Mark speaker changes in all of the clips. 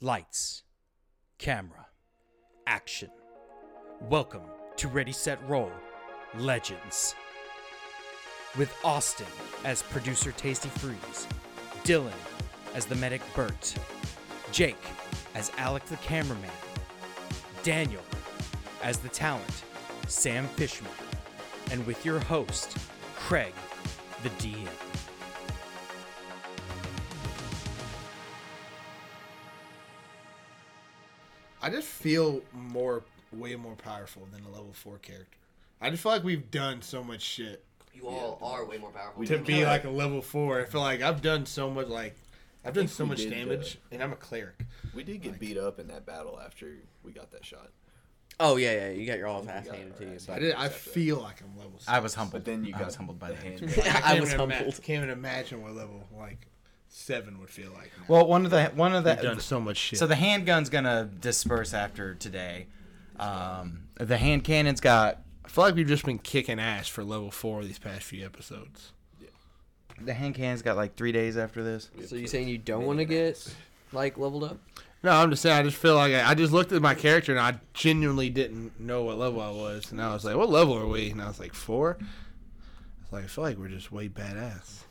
Speaker 1: Lights, camera, action. Welcome to Ready Set Roll Legends. With Austin as producer Tasty Freeze, Dylan as the medic Bert, Jake as Alec the cameraman, Daniel as the talent Sam Fishman, and with your host Craig the DM.
Speaker 2: I just feel more, way more powerful than a level four character. I just feel like we've done so much shit
Speaker 3: You all are way more powerful.
Speaker 2: to
Speaker 3: than
Speaker 2: be
Speaker 3: me.
Speaker 2: like a level four. I feel like I've done so much, like I've done
Speaker 4: think
Speaker 2: so
Speaker 4: we
Speaker 2: much
Speaker 4: did,
Speaker 2: damage, and I'm a cleric.
Speaker 4: We did get beat up in that battle after we got that shot.
Speaker 3: oh yeah, yeah. You got your all ass
Speaker 4: got
Speaker 3: handed
Speaker 4: our
Speaker 3: to you.
Speaker 4: ass
Speaker 2: I
Speaker 3: But
Speaker 2: did. I feel like I'm level. Six.
Speaker 5: I was humbled.
Speaker 4: But then you
Speaker 5: I
Speaker 4: got
Speaker 5: was humbled by the hand.
Speaker 2: Like,
Speaker 3: I
Speaker 2: can't
Speaker 3: was
Speaker 2: even ima-
Speaker 3: humbled.
Speaker 2: can't even imagine what level like seven would feel like. now.
Speaker 5: well, one of the one of
Speaker 2: I've done
Speaker 5: the
Speaker 2: so much shit.
Speaker 5: so the handgun's gonna disperse after today. Um, the hand cannon's got
Speaker 2: I feel like we've just been kicking ass for level four these past few episodes.
Speaker 5: the hand cannon's got like three days after this.
Speaker 3: so you saying you don't want to get like leveled up?
Speaker 2: No, I'm just saying. I just feel like I, I just looked at my character and I genuinely didn't know what level I was, and I was like, "What level are we?" And I was like, four. I was like, I feel like we're just way badass.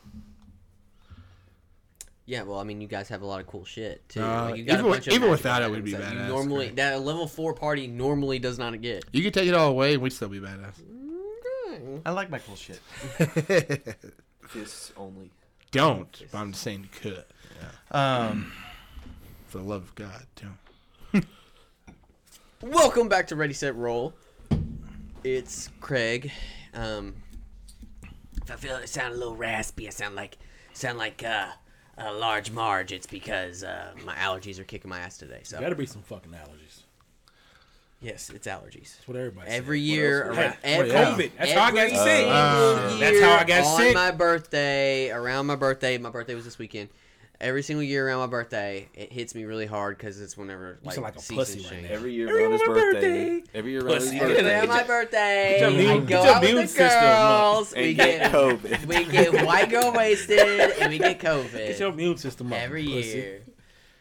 Speaker 3: Yeah, well, I mean, you guys have a lot of cool shit too.
Speaker 2: Uh,
Speaker 3: Like, you got a
Speaker 2: even with-
Speaker 3: bunch of
Speaker 2: even
Speaker 3: magical
Speaker 2: without it,
Speaker 3: items
Speaker 2: we'd be
Speaker 3: that you
Speaker 2: badass,
Speaker 3: Normally,
Speaker 2: correct.
Speaker 3: that level four party normally does not get.
Speaker 2: You could take it all away, and we'd still be badass.
Speaker 5: I like my cool shit.
Speaker 4: Fists only.
Speaker 2: Don't. But I'm just saying you could.
Speaker 5: Um,
Speaker 2: For the love of God, don't.
Speaker 3: Welcome back to Ready Set Roll. It's Craig. Um, if I feel it sound a little raspy, I sound like sound like uh, a large Marge. It's because uh, my allergies are kicking my ass today. So
Speaker 6: Better be some fucking allergies.
Speaker 3: yes, it's allergies.
Speaker 6: What everybody
Speaker 3: Every year,
Speaker 4: else?
Speaker 3: around every,
Speaker 6: Hey, COVID. That's how I got
Speaker 3: every
Speaker 6: sick.
Speaker 3: single
Speaker 6: Uh,
Speaker 3: year
Speaker 6: That's how I got
Speaker 3: on
Speaker 6: sick.
Speaker 3: my birthday, around my birthday, my birthday was this weekend. Every single year around my birthday, it hits me really hard because it's whenever like,
Speaker 6: sound like a
Speaker 3: seasons
Speaker 6: pussy right
Speaker 3: change.
Speaker 6: now.
Speaker 4: Every year
Speaker 6: Every
Speaker 4: around his
Speaker 6: year on my
Speaker 4: birthday.
Speaker 6: birthday.
Speaker 4: Every year around his
Speaker 6: Pussy.
Speaker 3: Every
Speaker 4: birthday.
Speaker 3: on my birthday,
Speaker 6: Get your
Speaker 3: I
Speaker 6: immune-
Speaker 3: go
Speaker 6: get your
Speaker 3: out
Speaker 6: immune
Speaker 3: with the
Speaker 6: system up.
Speaker 3: girls. We
Speaker 4: And
Speaker 3: get
Speaker 4: get COVID.
Speaker 3: we get white girl wasted, and we get
Speaker 6: Get your
Speaker 3: COVID
Speaker 6: immune system up.
Speaker 3: every
Speaker 6: pussy.
Speaker 3: year.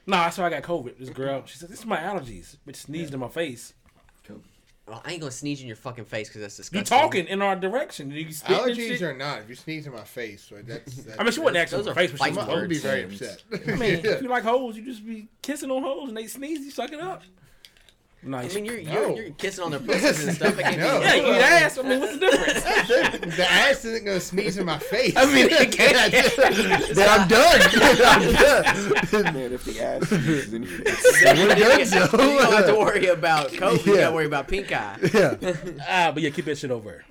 Speaker 6: No, that's how I got COVID. This girl, she said, "This is my allergies," but sneezed in my face.
Speaker 3: Well, I ain't gonna sneeze in your fucking face because that's
Speaker 6: You
Speaker 3: disgusting.
Speaker 6: talking in our direction? You spitting and
Speaker 2: Allergies
Speaker 6: shit?
Speaker 2: or not, if you sneeze in my face, like, that's, that's.
Speaker 6: I mean, she wasn't
Speaker 3: Those
Speaker 6: actually in my
Speaker 3: are
Speaker 6: face, but she
Speaker 3: fight
Speaker 6: was.
Speaker 2: I'm gonna be
Speaker 3: words.
Speaker 2: very upset.
Speaker 6: I mean, if you like holes, you just be kissing on holes, and they sneeze, you suck it up.
Speaker 3: I
Speaker 6: Nice.
Speaker 3: mean, you're you're,
Speaker 2: No.
Speaker 3: you're kissing on their pussies and stuff. It can't
Speaker 2: No.
Speaker 3: be-
Speaker 6: yeah, you eat ass. I mean, what's the difference?
Speaker 2: the ass isn't gonna sneeze in my face.
Speaker 5: I mean, it can't.
Speaker 2: then I'm done. I'm done.
Speaker 4: Man, if the ass is in your face.
Speaker 2: We're done,
Speaker 3: you don't have to
Speaker 2: so.
Speaker 3: worry about COVID. You
Speaker 2: Yeah.
Speaker 3: gotta worry about pink eye.
Speaker 2: yeah.
Speaker 6: ah, but yeah, keep that shit over.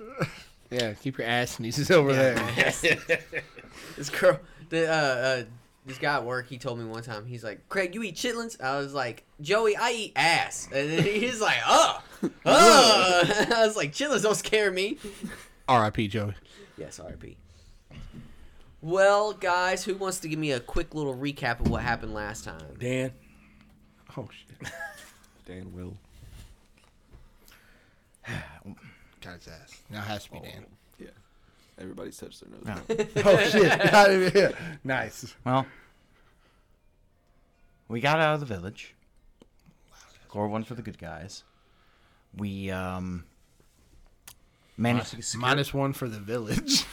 Speaker 2: yeah, keep your ass sneezes over there.
Speaker 3: This girl, the, uh, uh, this guy at work, he told me one time, he's like, Craig, you eat chitlins? I was like, Joey, I eat ass. And then he's like, oh, oh. I was like, chitlins don't scare me.
Speaker 2: R.I.P. Joey.
Speaker 3: Yes, RP. Well, guys, who wants to give me a quick little recap of what happened last time?
Speaker 6: Dan,
Speaker 2: Oh shit.
Speaker 4: Dan will.
Speaker 2: Got his ass. Now it has to be Dan.
Speaker 4: Yeah. Everybody's touched their nose. now.
Speaker 2: Oh shit. Got him, yeah. Nice.
Speaker 5: Well, we got out of the village. Core one's for the good guys. We um managed to secure.
Speaker 2: Minus one for the village.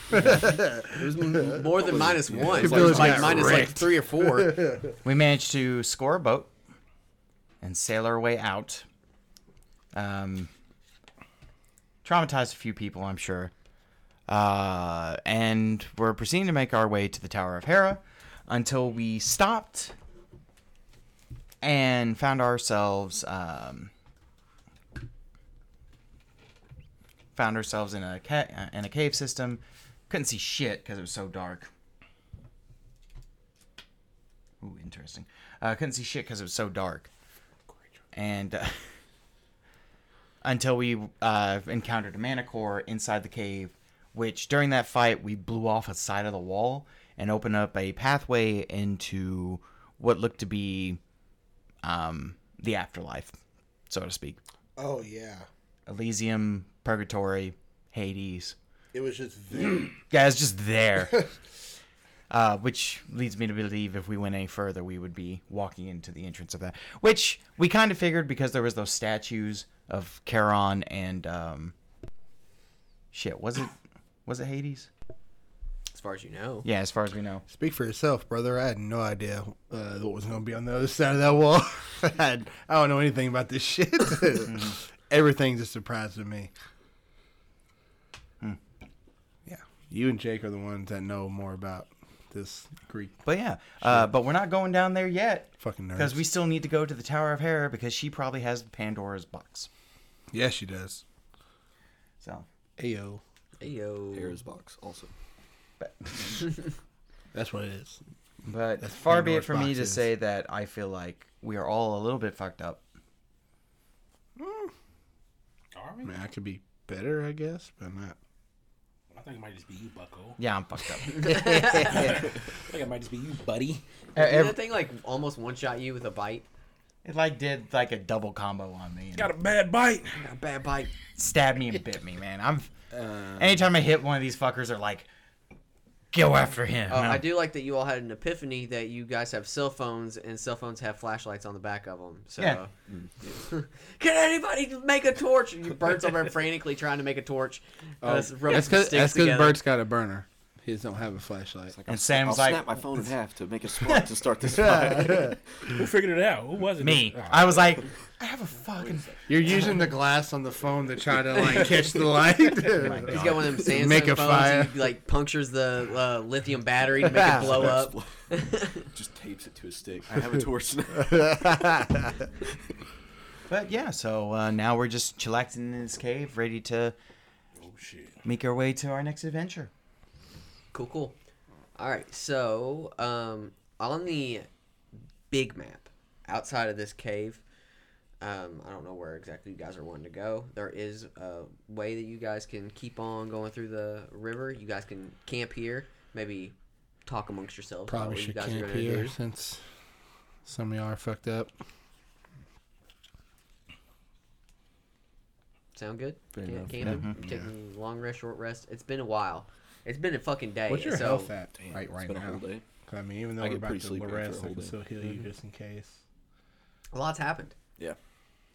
Speaker 3: More than minus one. It
Speaker 2: It was
Speaker 3: was like
Speaker 2: got
Speaker 3: minus like
Speaker 2: wrecked.
Speaker 3: three or four.
Speaker 5: We managed to score a boat and sail our way out. Um, traumatized a few people, I'm sure. Uh, and we're proceeding to make our way to the Tower of Hera until we stopped and found ourselves um, found ourselves in a ca- uh, in a cave system. Couldn't see shit because it was so dark. Ooh, interesting. Uh, couldn't see shit because it was so dark. And uh, until we uh, encountered a manacore inside the cave, which during that fight we blew off a side of the wall and opened up a pathway into what looked to be um, the afterlife, so to speak.
Speaker 2: oh yeah.
Speaker 5: Elysium, Purgatory, Hades.
Speaker 2: It was just very
Speaker 5: Yeah, it's just there. Uh, which leads me to believe if we went any further, we would be walking into the entrance of that. Which we kind of figured because there was those statues of Charon and um, shit. Was it was it Hades?
Speaker 3: As far as you know.
Speaker 5: Yeah, as far as we know.
Speaker 2: Speak for yourself, brother. I had no idea uh, what was going to be on the other side of that wall. I, had, I don't know anything about this shit. Everything's a surprise to me. Hmm. Yeah, you and Jake are the ones that know more about this Greek
Speaker 5: But yeah, uh, but we're not going down there yet
Speaker 2: fucking nerds.
Speaker 5: because we still need to go to the Tower of Hera because she probably has Pandora's box.
Speaker 2: yeah, she does.
Speaker 5: So
Speaker 2: Ayo,
Speaker 3: Ayo.
Speaker 4: Harris box also.
Speaker 2: that's what it is.
Speaker 5: But
Speaker 2: That's
Speaker 5: far be it
Speaker 2: Pandora's
Speaker 5: for me
Speaker 2: box
Speaker 5: to
Speaker 2: is-
Speaker 5: say that I feel like we are all a little bit fucked up.
Speaker 6: Are we?
Speaker 2: I mean, I could be better, I guess, but not.
Speaker 6: I think it might just be you, Bucko.
Speaker 5: Yeah, I'm fucked up. E-,
Speaker 6: I think it might just be you, buddy.
Speaker 5: Ev-
Speaker 3: Did
Speaker 5: ev-
Speaker 3: that thing like almost one shot you with a bite?
Speaker 5: e-, it like did like a double combo on me. and
Speaker 6: Got a bad bite.
Speaker 3: Got a bad bite.
Speaker 5: stabbed me and bit me, man. I'm.
Speaker 4: Uh,
Speaker 5: anytime I hit one of these fuckers, they're like, "Go after him."
Speaker 4: Oh,
Speaker 3: Uh,
Speaker 5: And
Speaker 3: I
Speaker 5: I'm-
Speaker 3: do like that you all had an epiphany that you guys have cell phones and cell phones have flashlights on the back of them. So,
Speaker 5: Yeah.
Speaker 3: can anybody make a torch? And you Bert's over there frantically trying to make a torch. Uh, s- rubbing
Speaker 2: That's
Speaker 3: some
Speaker 2: because
Speaker 3: sticks
Speaker 2: that's because
Speaker 3: together.
Speaker 2: Bert's got a burner. His don't have a flashlight.
Speaker 5: And Sam's
Speaker 4: I'll
Speaker 5: like,
Speaker 4: snap my phone in half to make a spark to start this fire.
Speaker 6: Who figured it out? Who was it?
Speaker 5: "Me."
Speaker 6: Oh,
Speaker 5: I was like, "I have a fucking."
Speaker 2: You're using the glass on the phone to try to like catch the light. "Oh,
Speaker 3: He's got one of them Samsung
Speaker 2: Make a
Speaker 3: phones.
Speaker 2: fire.
Speaker 3: He like punctures the uh, lithium battery to make it blow up.
Speaker 4: Just tapes it to a stick. I have a torch now.
Speaker 5: But yeah, so uh, now we're just chillaxing in this cave, ready to
Speaker 6: oh, shit.
Speaker 5: make our way to our next adventure.
Speaker 3: Cool, cool. All right, so um, on the big map outside of this cave, um, I don't know where exactly you guys are wanting to go. There is a way that you guys can keep on going through the river. You guys can camp here, maybe talk amongst yourselves. about
Speaker 2: Probably
Speaker 3: what you
Speaker 2: should
Speaker 3: guys are
Speaker 2: camp
Speaker 3: gonna
Speaker 2: here
Speaker 3: do.
Speaker 2: since some of y'all are fucked up.
Speaker 3: Sound good?
Speaker 2: Fair
Speaker 3: Can-
Speaker 2: enough.
Speaker 3: Camping,
Speaker 4: Mm-hmm.
Speaker 3: taking long rest, short rest. It's been a while. It's been a fucking day.
Speaker 2: What's your
Speaker 3: so
Speaker 2: health at right
Speaker 4: It's
Speaker 2: right
Speaker 4: been a
Speaker 2: now?
Speaker 4: whole day.
Speaker 2: I mean, even though
Speaker 4: I
Speaker 2: we're
Speaker 4: get
Speaker 2: about
Speaker 4: pretty
Speaker 2: to
Speaker 4: sleepy after
Speaker 2: rest, I
Speaker 4: a whole
Speaker 2: can
Speaker 4: day.
Speaker 2: still
Speaker 4: Mm-hmm.
Speaker 2: heal you just in case.
Speaker 3: A lot's happened.
Speaker 4: Yeah.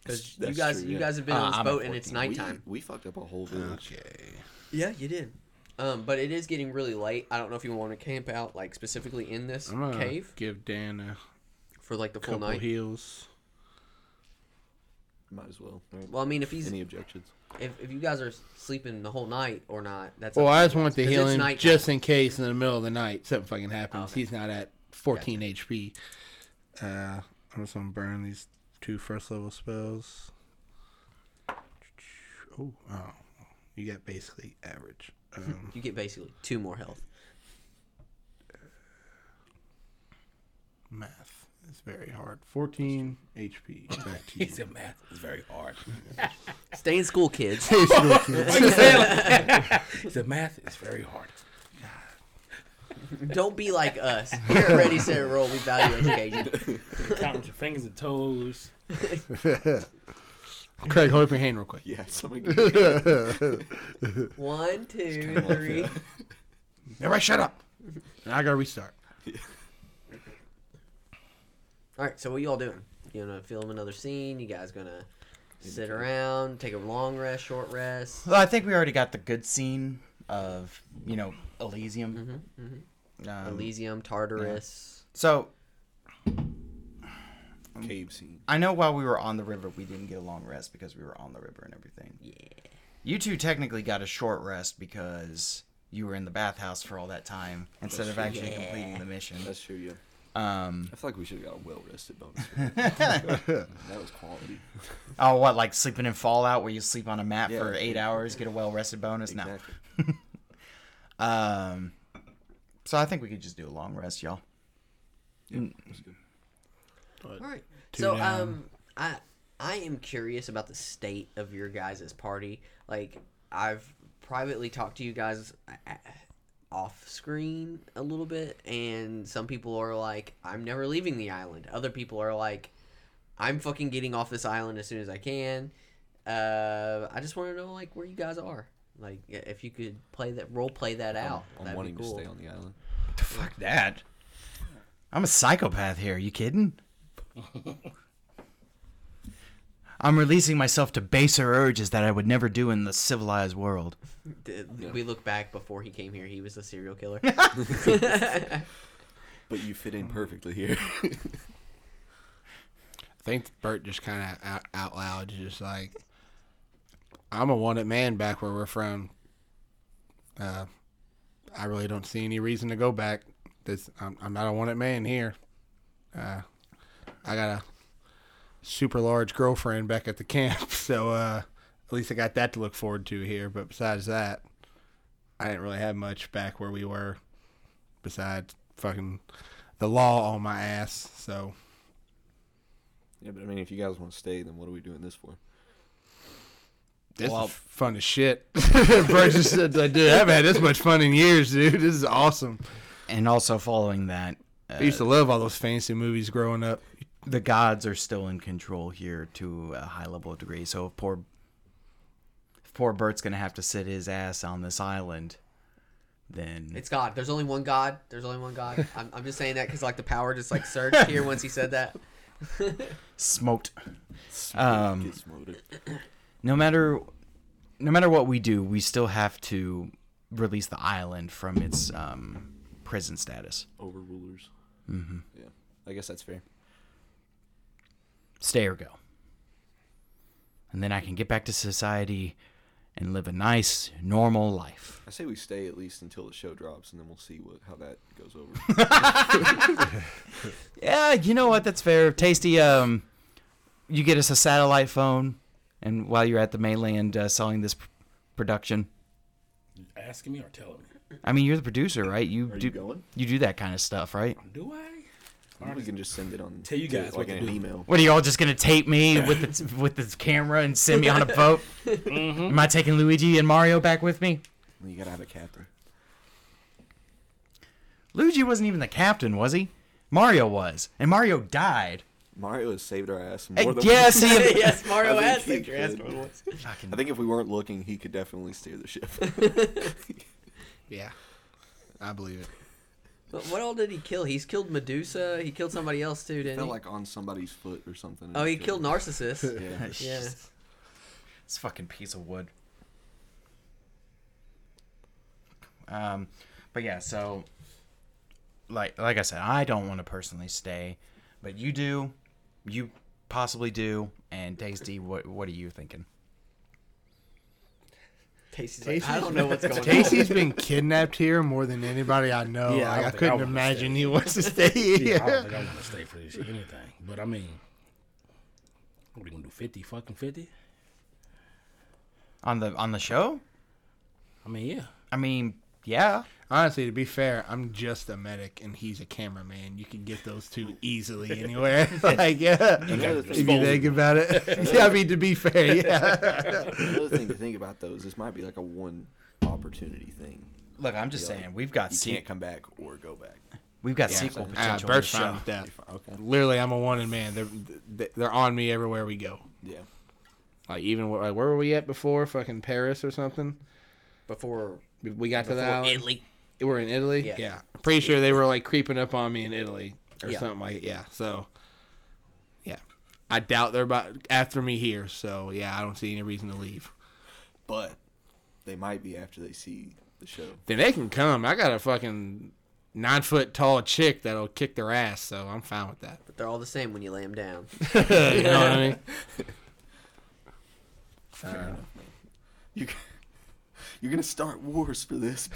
Speaker 3: 'Cause you
Speaker 4: That's
Speaker 3: guys,
Speaker 4: true,
Speaker 3: you
Speaker 4: yeah.
Speaker 3: guys have been on
Speaker 5: Uh,
Speaker 3: this
Speaker 2: Ah,
Speaker 5: I'm at
Speaker 3: boat and it's nighttime.
Speaker 4: We, we fucked up a whole village.
Speaker 2: Okay.
Speaker 3: Yeah, you did. Um, but it is getting really late. I don't know if you want to camp out like specifically in this
Speaker 2: I'm gonna
Speaker 3: cave
Speaker 2: give Dan a
Speaker 3: for like the full
Speaker 2: couple
Speaker 3: night.
Speaker 2: heals.
Speaker 4: Might as well.
Speaker 3: well, I mean, if he's
Speaker 4: Any objections?
Speaker 3: if, if you guys are sleeping the whole night or not, that's
Speaker 2: Well,
Speaker 3: up to
Speaker 2: I
Speaker 3: you
Speaker 2: just want the
Speaker 3: guys, 'cause it's
Speaker 2: healing
Speaker 3: nighttime.
Speaker 2: just in case in the middle of the night something fucking happens.
Speaker 3: Okay.
Speaker 2: He's not at 14 HP. Uh, I'm just gonna burn these two first level spells. Oh, oh, you got basically average. Um,
Speaker 3: you get basically two more health.
Speaker 2: math is very hard. 14 HP. Back to
Speaker 6: He
Speaker 2: you.
Speaker 6: said math is very hard.
Speaker 3: Stay in school, kids.
Speaker 6: He said math is very hard.
Speaker 3: don't be like us. Here at Ready, Set, Roll, we value education.
Speaker 6: Count with your fingers and toes.
Speaker 2: Craig, hold up your hand real quick.
Speaker 4: Yeah, somebody. give me-
Speaker 3: One, two, three.
Speaker 2: Everybody, shut up. And I gotta restart.
Speaker 3: All right, so what you all doing? You gonna film another scene? You guys gonna sit around, take a long rest, short rest?
Speaker 5: Well, I think we already got the good scene of you know Elysium.
Speaker 4: Mm-hmm,
Speaker 5: Um,
Speaker 3: Elysium, Tartarus.
Speaker 5: so
Speaker 4: Cave scene.
Speaker 5: I know while we were on the river, we didn't get a long rest because we were on the river and everything. Yeah. You two technically got a short rest because you were in the bathhouse for all that time instead of actually completing the mission.
Speaker 4: That's true, yeah.
Speaker 5: Um,
Speaker 4: I feel like we should have got a well rested bonus. that was quality.
Speaker 5: oh, what, like sleeping in Fallout where you sleep on a mat
Speaker 4: Yeah.
Speaker 5: for eight hours, get a well rested bonus?
Speaker 4: Exactly.
Speaker 5: No. Um, so I think we could just do a long rest, y'all.
Speaker 6: Mm.
Speaker 4: That's good.
Speaker 3: All right. So um, I I am curious about the state of your guys' party. Like I've privately talked to you guys uh, uh, off screen a little bit, and some people are like, "I'm never leaving the island." Other people are like, "I'm fucking getting off this island as soon as I can." Uh, I just want to know like where you guys are. Like if you could play that role, play that out.
Speaker 4: I'm
Speaker 3: that'd be
Speaker 4: wanting
Speaker 3: cool.
Speaker 4: to stay on the island.
Speaker 5: Fuck that. I'm a psychopath here. you kidding? I'm releasing myself to baser urges that I would never do in the civilized world.
Speaker 3: D- We look back before he came here, he was a serial killer.
Speaker 4: But you fit in
Speaker 6: Mm.
Speaker 4: perfectly here.
Speaker 2: I think Bert just kind of out, out loud, is just like, I'm a wanted man back where we're from. Uh, I really don't see any reason to go back. This, I'm, I'm not a wanted man here. Uh, I got a super large girlfriend back at the camp, so uh, at least I got that to look forward to here. But besides that, I didn't really have much back where we were, besides fucking the law on my ass. So.
Speaker 4: yeah, but I mean, if you guys want to stay, then what are we doing this for?
Speaker 2: This is fun as shit. Bryce just said, like, dude, I haven't had this much fun in years, dude. This is awesome.
Speaker 5: And also following that, uh,
Speaker 2: I used to love all those fancy movies growing up.
Speaker 5: the gods are still in control here to a high level of degree. So if poor, if poor Bert's gonna have to sit his ass on this island, then
Speaker 3: It's God. There's only one God. There's only one God. I'm, I'm just saying that because like the power just like surged here once he said that.
Speaker 5: smoked. Um,
Speaker 4: Get smoted.
Speaker 5: no matter no matter what we do, we still have to release the island from its um, prison status.
Speaker 4: Overrulers. Mm-hmm. Yeah. I guess that's fair.
Speaker 5: Stay or go. And then I can get back to society and live a nice, normal life.
Speaker 4: I say we stay at least until the show drops, and then we'll see what how that goes over.
Speaker 5: Yeah, you know what? That's fair. Tasty, um, you get us a satellite phone, and while you're at the mainland uh, selling this p- production,
Speaker 6: Asking me or telling me?
Speaker 5: I mean, you're the producer, right? You
Speaker 4: Are
Speaker 5: do
Speaker 4: you going?
Speaker 5: you do that kind of stuff, right?
Speaker 6: Do I?
Speaker 4: we can just send it on.
Speaker 6: Tell you
Speaker 4: to,
Speaker 6: guys
Speaker 4: like
Speaker 6: what to
Speaker 4: in an
Speaker 6: do.
Speaker 4: email.
Speaker 5: What are you all just gonna tape me with the t- with the camera and send me on a boat?
Speaker 4: Mm-hmm.
Speaker 5: Am I taking Luigi and Mario back with me?
Speaker 4: You gotta have a captain.
Speaker 5: Luigi wasn't even the captain, was he? Mario was, and Mario died.
Speaker 4: Mario has saved our ass
Speaker 5: Hey,
Speaker 4: more than
Speaker 5: yes,
Speaker 4: once.
Speaker 5: he
Speaker 3: yes, Mario
Speaker 4: I
Speaker 3: has
Speaker 4: think
Speaker 3: saved
Speaker 4: he
Speaker 3: your ass
Speaker 4: could.
Speaker 3: more than once.
Speaker 4: I think if we weren't looking, he could definitely steer the ship.
Speaker 2: Yeah. I believe it.
Speaker 3: But what all did he kill? He's killed Medusa. He killed somebody else too, didn't
Speaker 4: Felt
Speaker 3: he?
Speaker 4: like on somebody's foot or something.
Speaker 3: Oh, he killed Narcissus.
Speaker 4: Yeah.
Speaker 3: yeah.
Speaker 5: This fucking piece of wood. Um, but yeah, so like like I said, I don't want to personally stay, but you do, you possibly do. And Tasty, what what are you thinking?
Speaker 3: Tasty's like, I don't know what's going on.
Speaker 2: Casey's been kidnapped here more than anybody I know.
Speaker 6: Yeah,
Speaker 2: like, I,
Speaker 6: I don't think I
Speaker 2: couldn't
Speaker 6: wanna
Speaker 2: imagine
Speaker 6: stay.
Speaker 2: he wants to stay here.
Speaker 6: I don't think I want to stay for this or anything. But I mean, what are you gonna do? Fifty fucking fifty?
Speaker 5: On the on the show?
Speaker 6: I mean, yeah.
Speaker 5: I mean, yeah.
Speaker 2: Honestly, to be fair, I'm just a medic and he's a cameraman. You can get those two easily anywhere. like, yeah.
Speaker 4: Another
Speaker 2: If you
Speaker 4: thing,
Speaker 2: think about it. yeah, I mean, to be fair, yeah.
Speaker 4: another thing to think about though is this might be like a one opportunity thing.
Speaker 5: Look, I'm just saying we've got
Speaker 4: You
Speaker 5: se-
Speaker 4: can't Ah, come back or go back.
Speaker 5: we've got sequel
Speaker 2: Uh,
Speaker 5: potential. on this
Speaker 2: Bert's
Speaker 5: show.
Speaker 2: fine with that.
Speaker 4: Okay.
Speaker 2: Literally, I'm a wanted man. They're they're on me everywhere we go.
Speaker 4: Yeah.
Speaker 2: Like even where- like, where were we at before? Fucking Paris or something.
Speaker 3: Before,
Speaker 2: We got to the
Speaker 3: before
Speaker 2: island.
Speaker 3: Italy.
Speaker 2: We're in Italy.
Speaker 3: Yeah.
Speaker 2: I'm pretty sure they were like creeping up on me in Italy or
Speaker 3: Yeah.
Speaker 2: something like yeah. So yeah, I doubt they're about after me here. So yeah, I don't see any reason to leave.
Speaker 4: But they might be after they see the show.
Speaker 2: Then they can come. I got a fucking nine foot tall chick that'll kick their ass. So I'm fine with that.
Speaker 3: But they're all the same when you lay them down.
Speaker 2: you know what I mean?
Speaker 3: Uh,
Speaker 4: You you're gonna start wars for this.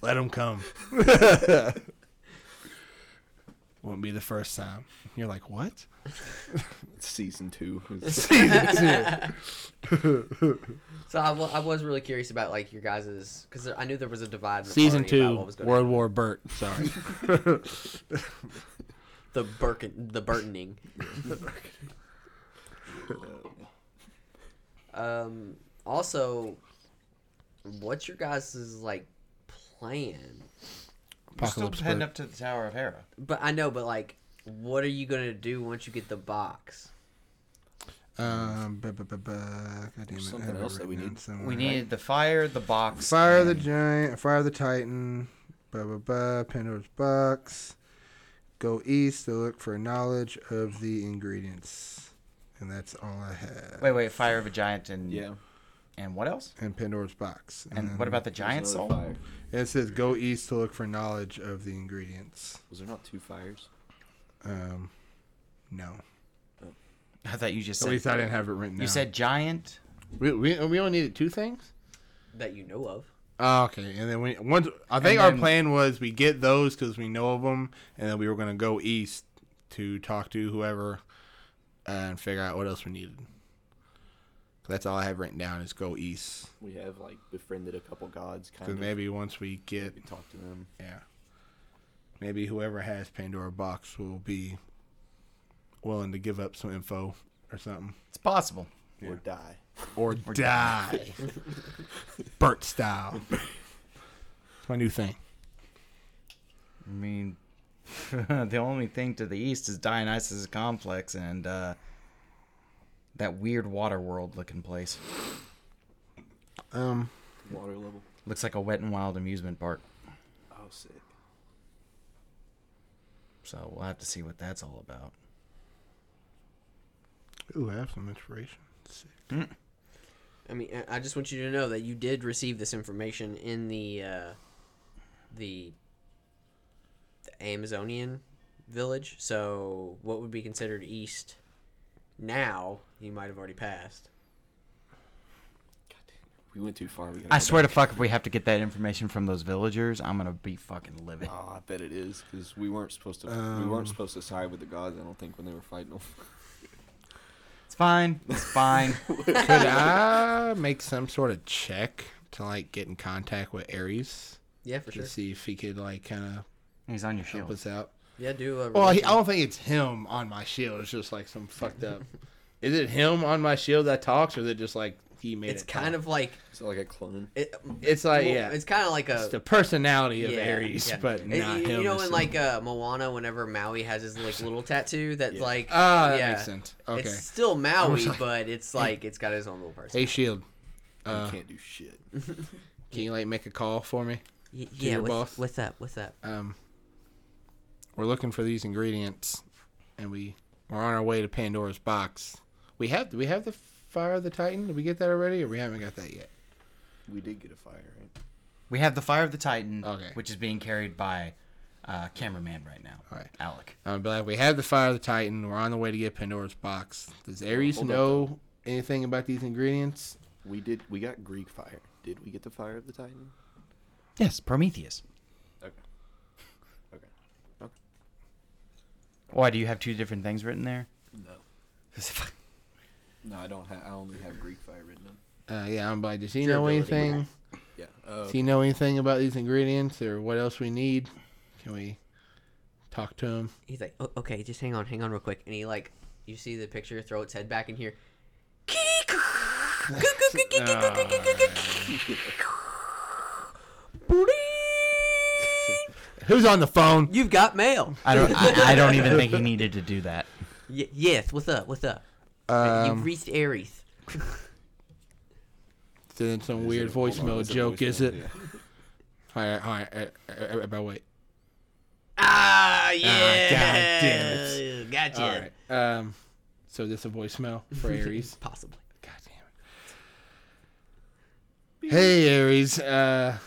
Speaker 2: Let them come. Won't be the first time. You're like, what?
Speaker 4: Season two.
Speaker 3: So I wa- I was really curious about like your guys's because I knew there was a divide. In the
Speaker 2: Season
Speaker 3: party about
Speaker 2: two,
Speaker 3: what was going
Speaker 2: World
Speaker 3: on.
Speaker 2: War Burt. Sorry.
Speaker 3: The Birkin, the Burtoning. um. Also, what's your guys's like plan?
Speaker 2: Apocalypse Burt.
Speaker 5: up to the Tower of Hera.
Speaker 3: But I know, but like, what are you gonna do once you get the box?
Speaker 2: Um, bu- bu- bu- bu- God damn it, I
Speaker 4: something
Speaker 2: have it
Speaker 4: else that we
Speaker 2: written
Speaker 4: need.
Speaker 2: down somewhere.
Speaker 5: We needed the fire, the box,
Speaker 2: Fire the
Speaker 5: and-
Speaker 2: Giant, Fire the Titan, Blah blah blah. Pandora's box. Go east to look for knowledge of the ingredients, and that's all I have.
Speaker 5: Wait, wait. Fire of a giant and
Speaker 4: Yeah. Mm-hmm.
Speaker 5: and what else?
Speaker 2: And Pandora's box.
Speaker 5: And what about the giant
Speaker 4: There's another
Speaker 5: soul?
Speaker 4: fire.
Speaker 2: It says go east to look for knowledge of the ingredients.
Speaker 4: Was there not two fires?
Speaker 2: Um, no.
Speaker 5: I thought you just
Speaker 2: At
Speaker 5: said.
Speaker 2: least I didn't have it written down.
Speaker 5: you said giant.
Speaker 2: we we, we only needed two things.
Speaker 3: that you know of.
Speaker 2: Oh, okay, and then we once I think our
Speaker 5: then-
Speaker 2: plan was we get those because we know of them, and then we were gonna go east to talk to whoever uh, and figure out what else we needed. That's all I have written down is go east.
Speaker 4: We have like befriended a couple gods, kind
Speaker 2: Because
Speaker 4: of.
Speaker 2: maybe once we get
Speaker 4: we talked to them.
Speaker 2: yeah, maybe whoever has Pandora box will be willing to give up some info or something.
Speaker 5: It's possible.
Speaker 4: Or die.
Speaker 2: or die. Burt style. It's my new thing.
Speaker 5: I mean, the only thing to the east is Dionysus complex and uh, that weird water world looking place.
Speaker 2: Um,
Speaker 4: Water level.
Speaker 5: Looks like a wet and wild amusement park.
Speaker 4: Oh, sick.
Speaker 5: So we'll have to see what that's all about.
Speaker 2: ooh, I have some inspiration. Sick.
Speaker 3: I mean, I- I just want you to know that you did receive this information in the uh, the, the Amazonian village. So, what would be considered east now? You might have already passed.
Speaker 4: We went too far. We gotta
Speaker 5: I
Speaker 4: go
Speaker 5: swear to fuck, if we have to get that information from those villagers, I'm gonna be fucking livid.
Speaker 4: back. Oh, I bet it is because we weren't supposed to. we
Speaker 2: Um.
Speaker 4: weren't supposed to side with the gods. I don't think when they were fighting them.
Speaker 5: It's fine. It's fine.
Speaker 2: Could I make some sort of check to like get in contact with Ares
Speaker 3: Yeah, for
Speaker 2: to
Speaker 3: sure.
Speaker 2: see if he could like kind of
Speaker 5: He's on your
Speaker 2: help
Speaker 5: shield.
Speaker 2: us out?
Speaker 3: Yeah, do a.
Speaker 2: Well, he, I don't think it's him on my shield. It's just like some fucked up. Is it him on my shield that talks, or is it just like he made?
Speaker 3: it's kind of like
Speaker 4: Is it like a clone?
Speaker 3: it,
Speaker 2: It's like
Speaker 3: well,
Speaker 2: Oh, yeah.
Speaker 3: It's kind of like a.
Speaker 2: It's the personality of
Speaker 3: yeah,
Speaker 2: Ares,
Speaker 3: yeah.
Speaker 2: but
Speaker 3: And
Speaker 2: not
Speaker 3: you,
Speaker 2: him.
Speaker 3: you know,
Speaker 2: as
Speaker 3: in
Speaker 2: a-
Speaker 3: like uh, Moana, whenever Maui has his like little tattoo, that's like
Speaker 2: ah, that
Speaker 3: yeah,
Speaker 2: makes sense. Okay.
Speaker 3: it's still Maui,
Speaker 2: like-
Speaker 3: but it's like it's got his own little person.
Speaker 2: Hey, Shield, Uh.
Speaker 4: you can't do shit.
Speaker 2: can you like make a call for me?
Speaker 3: Y-
Speaker 2: your
Speaker 3: yeah, what's,
Speaker 2: boss.
Speaker 3: what's up? What's up?
Speaker 2: Um, we're looking for these ingredients, and we we're on our way to Pandora's box. We have do we have the fire of the Titan. Did we get that already, or we haven't got that yet?
Speaker 4: We did get a fire, right?
Speaker 5: We have the Fire of the Titan,
Speaker 2: Okay.
Speaker 5: which is being carried by uh, cameraman right now,
Speaker 2: All right.
Speaker 5: Alec.
Speaker 2: Um, but like we have the fire of the Titan. We're on the way to get Pandora's box. Does Ares
Speaker 4: hold up,
Speaker 2: know anything about these ingredients?
Speaker 4: We did. We got Greek fire. Did we get the fire of the Titan?
Speaker 5: Yes, Prometheus.
Speaker 4: Okay. Okay. Okay.
Speaker 5: Why do you have two different things written there?
Speaker 4: No. No, I don't have. I only have Greek fire written in.
Speaker 2: Uh, yeah, I'm like, does he
Speaker 3: Your
Speaker 2: know
Speaker 3: ability.
Speaker 2: anything?
Speaker 4: Yeah. Uh,
Speaker 2: Does he know anything about these ingredients or what else we need? Can we talk to him?
Speaker 3: He's like, oh, okay, just hang on, hang on real quick. And he like, you see the picture throw its head back in here.
Speaker 2: Who's on the phone?
Speaker 3: You've got mail.
Speaker 5: I don't. I, I don't even think he needed to do that.
Speaker 3: Y- yes, what's up? What's up? You've reached Aries.
Speaker 2: Then some weird voicemail joke, is it? All right, all right, everybody wait.
Speaker 3: Ah,
Speaker 2: damn
Speaker 3: yeah.
Speaker 2: it.
Speaker 3: Gotcha.
Speaker 2: All right. Um, so this a voicemail for Aries.
Speaker 3: Possibly.
Speaker 2: God damn it. Hey Aries, uh,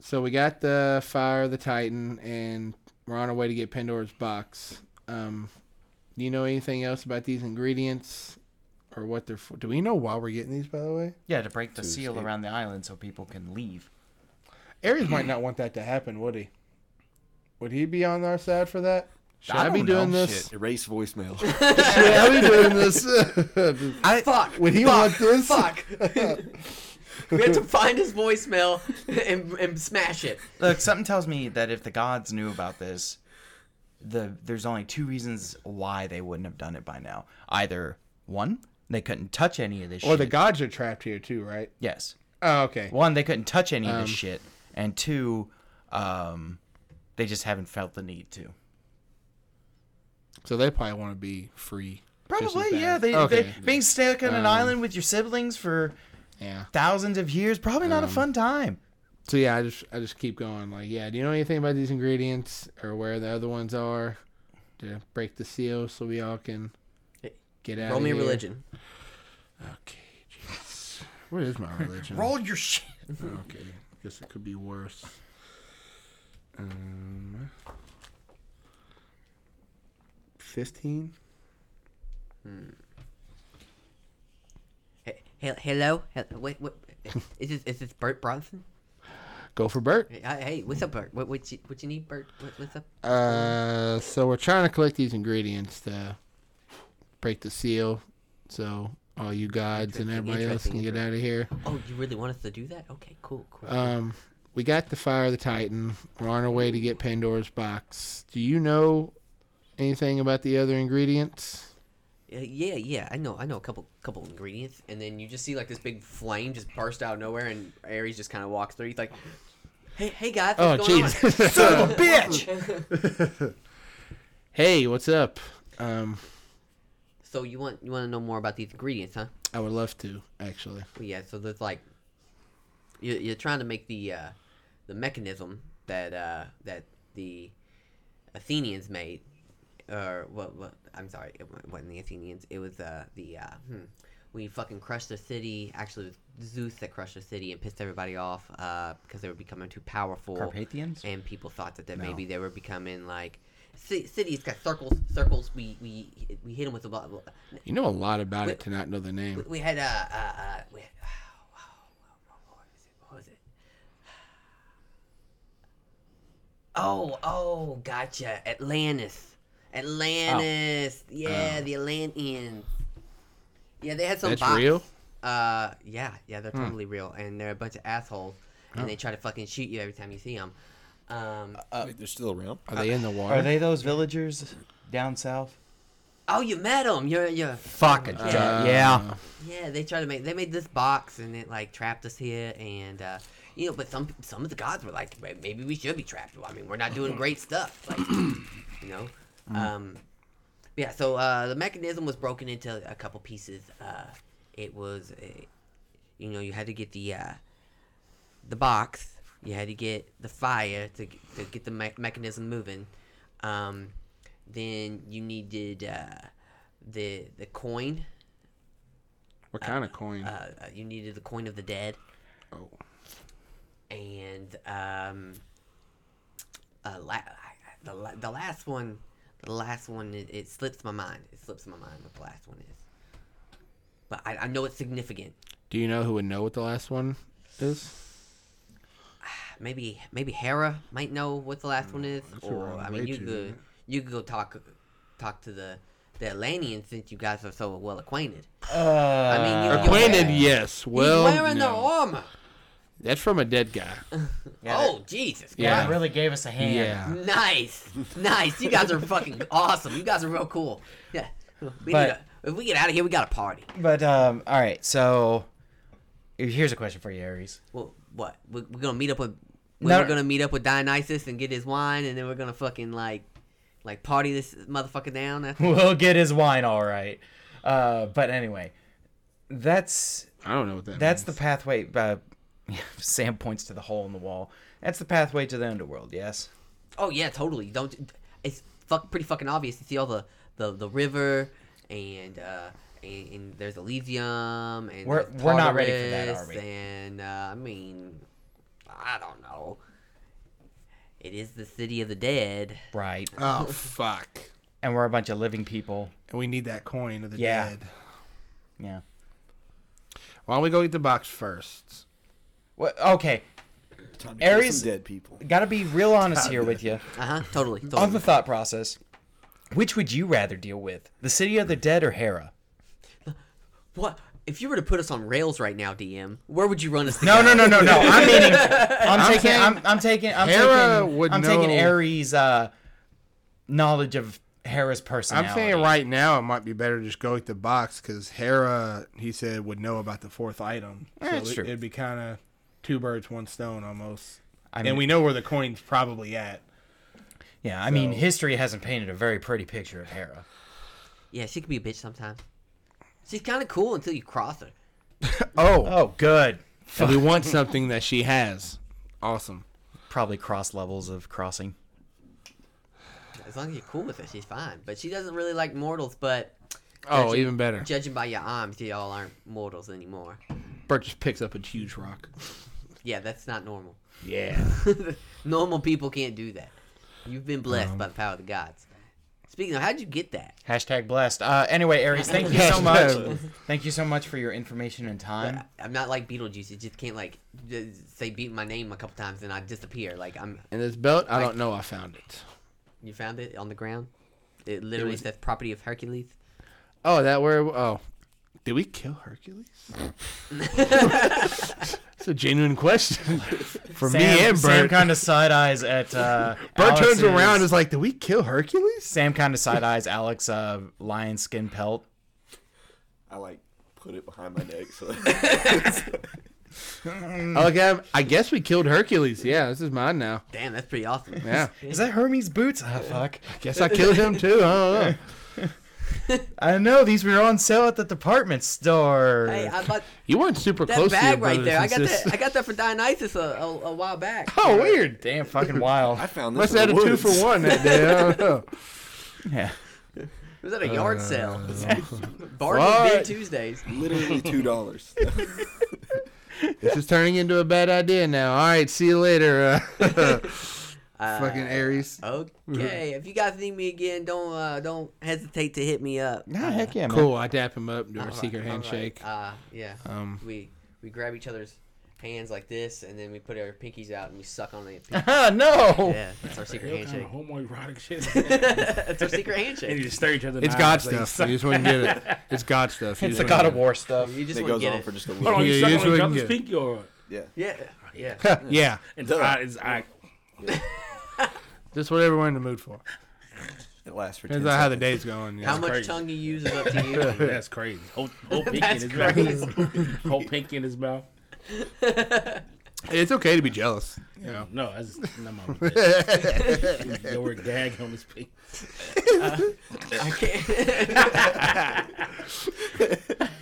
Speaker 2: so we got the fire of the Titan, and we're on our way to get Pandora's box. Um, do you know anything else about these ingredients, or what they're for? Do we know why we're getting these? By the way,
Speaker 5: Yeah, to break the seal around the island so people can leave.
Speaker 2: Aries might not want that to happen, would he? Would he be on our side for that? Should
Speaker 5: I
Speaker 2: I, be
Speaker 5: don't
Speaker 2: doing
Speaker 5: know.
Speaker 2: this?
Speaker 4: Oh, Erase voicemail.
Speaker 2: Should I be doing this?
Speaker 5: I,
Speaker 3: Fuck.
Speaker 2: Would he
Speaker 3: fuck,
Speaker 2: want this?
Speaker 3: Fuck. we have to find his voicemail and, and smash it.
Speaker 5: Look, something tells me that if the gods knew about this, the there's only two reasons why they wouldn't have done it by now. Either one, they couldn't touch any of this
Speaker 2: Or
Speaker 5: shit.
Speaker 2: the gods are trapped here too, right?
Speaker 5: yes.
Speaker 2: Oh, okay.
Speaker 5: One, they couldn't touch any of this shit, and two, um, they just haven't felt the need to.
Speaker 2: So they probably want to be free. just as
Speaker 5: Probably, yeah.
Speaker 2: bad.
Speaker 5: They,
Speaker 2: okay.
Speaker 5: they being Um, stuck on an island with your siblings for
Speaker 2: yeah.
Speaker 5: Um, thousands of years probably not a fun time.
Speaker 2: So yeah, I just I just keep going. Like, yeah, do you know anything about these ingredients or where the other ones are? To break the seal so we all can
Speaker 3: Hey,
Speaker 2: get out.
Speaker 3: Roll
Speaker 2: of
Speaker 3: me
Speaker 2: here.
Speaker 3: religion.
Speaker 2: Okay, jeez. What is my religion?
Speaker 5: Roll your shit.
Speaker 2: Okay, guess it could be worse. Um, fifteen.
Speaker 3: He- he- hello? Hel- Wait, what? Is this, is this Bert Bronson?
Speaker 2: Go for Bert.
Speaker 3: Hey, I- hey, what's up, Bert? What, what, you, what you need, Bert? What, what's up?
Speaker 2: Uh, so we're trying to collect these ingredients to break the seal, so all you gods and
Speaker 3: Interesting,
Speaker 2: everybody else can
Speaker 3: interesting,
Speaker 2: get out of here.
Speaker 3: Oh, you really want us to do that? Okay, cool, cool.
Speaker 2: Um, we got the fire of the Titan. We're on our way to get Pandora's box. Do you know anything about the other ingredients?
Speaker 3: Uh, yeah, yeah, I know, I know a couple, couple ingredients, and then you just see like this big flame just burst out of nowhere, and Ares just kind of walks through. He's like, "Hey, hey guys,
Speaker 2: Oh,
Speaker 3: what's going on?"
Speaker 2: jeez.
Speaker 5: Son of a bitch!
Speaker 2: hey, what's up? Um,
Speaker 3: So you want you want to know more about these ingredients, huh?
Speaker 2: I would love to actually.
Speaker 3: Well, yeah. So there's like, you're, you're trying to make the uh, the mechanism that uh, that the Athenians made, or what? what I'm sorry, it wa- wasn't the Athenians. It was uh, the uh, hmm, we fucking crushed the city. Actually, it was Zeus that crushed the city and pissed everybody off uh, because they were becoming too powerful.
Speaker 5: Carpathians?
Speaker 3: And people thought that, that maybe they were becoming like. ci- Cities got circles. Circles. We we we hit them with a blah, blah.
Speaker 2: You know a lot about it to not know the
Speaker 3: We,
Speaker 2: name.
Speaker 3: we had uh, uh, uh we had, oh, what was it? Oh, oh, gotcha. Atlantis. Atlantis.
Speaker 2: Oh.
Speaker 3: Yeah, the Atlanteans. Yeah, they had some
Speaker 2: That's
Speaker 3: bots.
Speaker 2: real? Hmm.
Speaker 3: Uh, yeah, yeah, they're totally real, and they're a bunch of assholes,
Speaker 2: Oh.
Speaker 3: and they try to fucking shoot you every time you see them. Um,
Speaker 4: Wait, Uh, they're still around.
Speaker 2: Are they in the water?
Speaker 5: Are they those villagers down south?
Speaker 3: oh, you met them. You're, you're.
Speaker 5: Fucking
Speaker 3: yeah.
Speaker 5: yeah.
Speaker 3: Yeah, they tried to make they made this box and it like trapped us here and uh you know, but some some of the gods were like, "May- maybe we should be trapped. Well, I mean, we're not doing great stuff, like you know. Um, yeah, so uh, the mechanism was broken into a couple pieces. Uh, it was, uh, you know, you had to get the uh, the box, you had to get the fire to to get the me- mechanism moving. Um, then you needed uh, the the coin
Speaker 2: What kind of coin?
Speaker 3: uh, uh, you needed the coin of the dead
Speaker 2: oh.
Speaker 3: and um uh, la- I- I- the, la- the last one the last one it, it slips my mind it slips my mind what the last one is but I, I know it's significant
Speaker 2: Do you know who would know what the last one is?
Speaker 3: maybe maybe Hera might know what the last one is
Speaker 2: that's a
Speaker 3: or
Speaker 2: wrong
Speaker 3: I mean
Speaker 2: way
Speaker 3: you
Speaker 2: to,
Speaker 3: could
Speaker 2: yeah.
Speaker 3: you could go talk talk to the the Atlanteans since you guys are so well acquainted
Speaker 5: Uh,
Speaker 3: mean, you-
Speaker 2: Acquainted, yes. Well,
Speaker 3: He's wearing
Speaker 2: no.
Speaker 3: the armor
Speaker 2: That's from a dead guy.
Speaker 5: Yeah,
Speaker 3: oh Jesus
Speaker 2: Yeah.
Speaker 5: God really gave us a hand.
Speaker 2: Yeah.
Speaker 3: Nice, nice. You guys are fucking awesome. You guys are real cool. Yeah. We
Speaker 5: But-
Speaker 3: need a, if we get out of here, we got a party.
Speaker 5: But um, all right. So here's a question for you, Aries.
Speaker 3: Well, what? We're, we're gonna meet up with.
Speaker 5: No.
Speaker 3: We're gonna meet up with Dionysus and get his wine, and then we're gonna fucking like, like party this motherfucker down. after-
Speaker 5: We'll get his wine, all right. Uh, but anyway, that's
Speaker 2: I don't know what that
Speaker 5: that's the
Speaker 2: means.
Speaker 5: pathway. Uh, Sam points to the hole in the wall. That's the pathway to the underworld. Yes.
Speaker 3: Oh yeah, totally. Don't. It's fuck pretty fucking obvious to see all the the the river and. uh and, and there's Elysium, and
Speaker 5: We're-
Speaker 3: there's
Speaker 5: we're not ready for that, are
Speaker 3: Tartarus,
Speaker 5: we?
Speaker 3: And uh, I mean, I don't know. It is the city of the dead.
Speaker 5: Right.
Speaker 2: Oh, fuck.
Speaker 5: And we're a bunch of living people.
Speaker 2: And we need that coin of the
Speaker 5: Yeah.
Speaker 2: dead.
Speaker 5: Yeah.
Speaker 2: Why don't we go get the box first?
Speaker 5: Well, okay.
Speaker 4: Time to kill
Speaker 5: Ares-
Speaker 4: some dead people.
Speaker 5: Got to be real honest here with you.
Speaker 3: Uh huh. Totally.
Speaker 5: On the
Speaker 3: totally.
Speaker 5: thought process, which would you rather deal with, the city of the dead or Hera?
Speaker 3: What if you were to put us on rails right now, DM? Where would you run us? to
Speaker 5: No,
Speaker 3: go?
Speaker 5: no, no, no, no. I'm meaning. I'm, taking.
Speaker 2: saying
Speaker 5: I'm, I'm taking. I'm
Speaker 2: Hera
Speaker 5: taking.
Speaker 2: would
Speaker 5: I'm taking
Speaker 2: know-
Speaker 5: Aries' uh, knowledge of Hera's personality.
Speaker 2: I'm saying right now it might be better to just go with the box because Hera, he said, would know about the fourth item. So
Speaker 5: That's
Speaker 2: it,
Speaker 5: true.
Speaker 2: It'd be kind of two birds, one stone almost.
Speaker 5: I mean-
Speaker 2: and we know where the coin's probably at.
Speaker 5: Yeah, I mean,
Speaker 2: So-
Speaker 5: history hasn't painted a very pretty picture of Hera.
Speaker 3: Yeah, she could be a bitch sometimes. She's kind of cool until you cross her.
Speaker 2: Oh,
Speaker 5: Oh, good.
Speaker 2: and we want something that she has Awesome.
Speaker 5: Probably cross levels of crossing.
Speaker 3: As long as you're cool with it, she's fine. But she doesn't really like mortals. But
Speaker 2: Oh,
Speaker 3: Judging-
Speaker 2: even better.
Speaker 3: judging by your arms, you all aren't mortals anymore.
Speaker 2: Bert just picks up a huge rock.
Speaker 3: Yeah, that's not normal.
Speaker 2: Yeah.
Speaker 3: normal people can't do that. You've been blessed
Speaker 2: Um,
Speaker 3: by the power of the gods. Speaking of, how'd you get that?
Speaker 5: Hashtag blessed. Uh, anyway, Aries, thank you so much. thank you so much for your information and time.
Speaker 3: I'm not like Beetlejuice. It just can't like just say beat my name a couple times and I disappear. Like I'm.
Speaker 2: And this belt, I don't know. I found it.
Speaker 3: You found it on the ground. It literally says "Property of Hercules."
Speaker 2: Oh, that where? Oh, did we kill Hercules? It's a genuine question for me and
Speaker 5: Sam
Speaker 2: Bert.
Speaker 5: kind of side eyes at. Uh,
Speaker 2: Bert turns
Speaker 5: Alex's-
Speaker 2: around and is like, "Did we kill Hercules?"
Speaker 5: Sam kind of side eyes Alex uh, lion skin pelt.
Speaker 4: I like put it behind my neck. So
Speaker 2: I look at him. I guess we killed Hercules. Yeah, this is mine now.
Speaker 3: Damn, that's pretty awesome.
Speaker 2: Yeah,
Speaker 5: Is that Hermes boots? Ah, fuck.
Speaker 2: guess I killed him too. I don't know.
Speaker 5: I know these were on sale at the department store.
Speaker 3: Hey, I bought
Speaker 2: You weren't super
Speaker 3: that
Speaker 2: close to your
Speaker 3: bag right
Speaker 2: brothers
Speaker 3: there. I
Speaker 2: and
Speaker 3: got
Speaker 2: sis-
Speaker 3: that. I got that for Dionysus a, a, a while back.
Speaker 2: Oh, weird.
Speaker 5: Damn, fucking wild.
Speaker 4: I found
Speaker 2: Must
Speaker 4: this. in
Speaker 2: have
Speaker 4: the
Speaker 2: had a two
Speaker 4: woods.
Speaker 2: for one that day. I don't know.
Speaker 5: yeah.
Speaker 3: It was at a
Speaker 2: Uh,
Speaker 3: yard sale.
Speaker 2: What?
Speaker 3: Bargain Big Tuesdays.
Speaker 4: Literally two dollars.
Speaker 2: This is turning into a bad idea now. All right, see you later. Uh, fucking
Speaker 3: Uh,
Speaker 2: Aries.
Speaker 3: Okay, if you guys need me again, don't uh, don't hesitate to hit me up.
Speaker 5: Nah, heck yeah, man.
Speaker 2: Cool. I dap him up, do our secret handshake.
Speaker 3: Uh, yeah.
Speaker 2: Um,
Speaker 3: we we grab each other's hands like this, and then we put our pinkies out and we suck on the. Pinky.
Speaker 5: Ah, no.
Speaker 3: yeah, that's our secret
Speaker 6: Kind
Speaker 3: handshake.
Speaker 6: of homoerotic shit.
Speaker 3: that's our secret
Speaker 6: and you
Speaker 3: handshake.
Speaker 6: just stare each other. in the
Speaker 2: It's
Speaker 6: eye,
Speaker 2: God
Speaker 6: like,
Speaker 2: stuff. You just wouldn't get it. It's God stuff. You
Speaker 5: It's
Speaker 2: just
Speaker 5: the
Speaker 2: wouldn't
Speaker 5: God of
Speaker 2: get it.
Speaker 5: War stuff.
Speaker 3: You just
Speaker 4: It
Speaker 3: want
Speaker 4: goes
Speaker 3: to get
Speaker 4: on
Speaker 3: it.
Speaker 4: for just a
Speaker 6: Hold
Speaker 4: little.
Speaker 6: on, you
Speaker 2: Yeah,
Speaker 6: suck
Speaker 2: you
Speaker 6: on
Speaker 2: just
Speaker 6: each
Speaker 2: wouldn't
Speaker 6: other's
Speaker 2: get it.
Speaker 6: pinky or
Speaker 4: Yeah.
Speaker 3: yeah, yeah.
Speaker 2: Yeah,
Speaker 6: and it's eye, it's eye.
Speaker 2: just whatever we're in the mood for.
Speaker 4: It lasts for. 10
Speaker 2: Depends on how the
Speaker 4: seconds.
Speaker 2: day's going.
Speaker 3: How
Speaker 2: Yeah.
Speaker 3: much
Speaker 6: crazy.
Speaker 3: tongue you use is up to you.
Speaker 6: That's crazy. Whole, whole pinky
Speaker 3: That's
Speaker 6: in his mouth. whole pinky in his mouth.
Speaker 2: It's okay to be jealous. You know.
Speaker 6: No, that's not my business. There were gag on his pinky.
Speaker 3: I can't.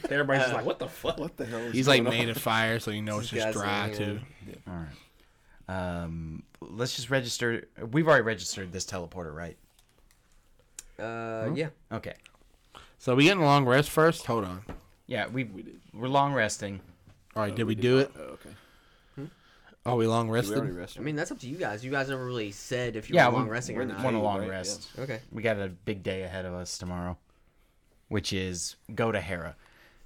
Speaker 6: Everybody's
Speaker 5: Uh,
Speaker 6: just like, what the fuck?
Speaker 4: What the hell? Is
Speaker 2: He's like
Speaker 4: going
Speaker 2: made of fire, so you know it's just dry
Speaker 3: Disgusting.
Speaker 2: too.
Speaker 5: Um, let's just register. We've already registered this teleporter, right?
Speaker 3: Uh, yeah.
Speaker 5: Okay.
Speaker 2: So we getting a long rest first. Hold on.
Speaker 5: Yeah, we, we're long resting.
Speaker 2: All right, did we do it?
Speaker 4: on? Oh, okay.
Speaker 2: Are we long
Speaker 4: Did we already
Speaker 2: rested?
Speaker 4: rest?
Speaker 3: I mean, that's up to you guys. You guys never really said if you
Speaker 5: Yeah,
Speaker 3: were long
Speaker 5: we-
Speaker 3: resting
Speaker 4: we're
Speaker 3: or
Speaker 4: in the
Speaker 3: not.
Speaker 5: Want a
Speaker 4: Hey,
Speaker 5: long
Speaker 4: right,
Speaker 5: rest?
Speaker 3: Okay.
Speaker 5: We got a big day ahead of us tomorrow, which is go to Hera,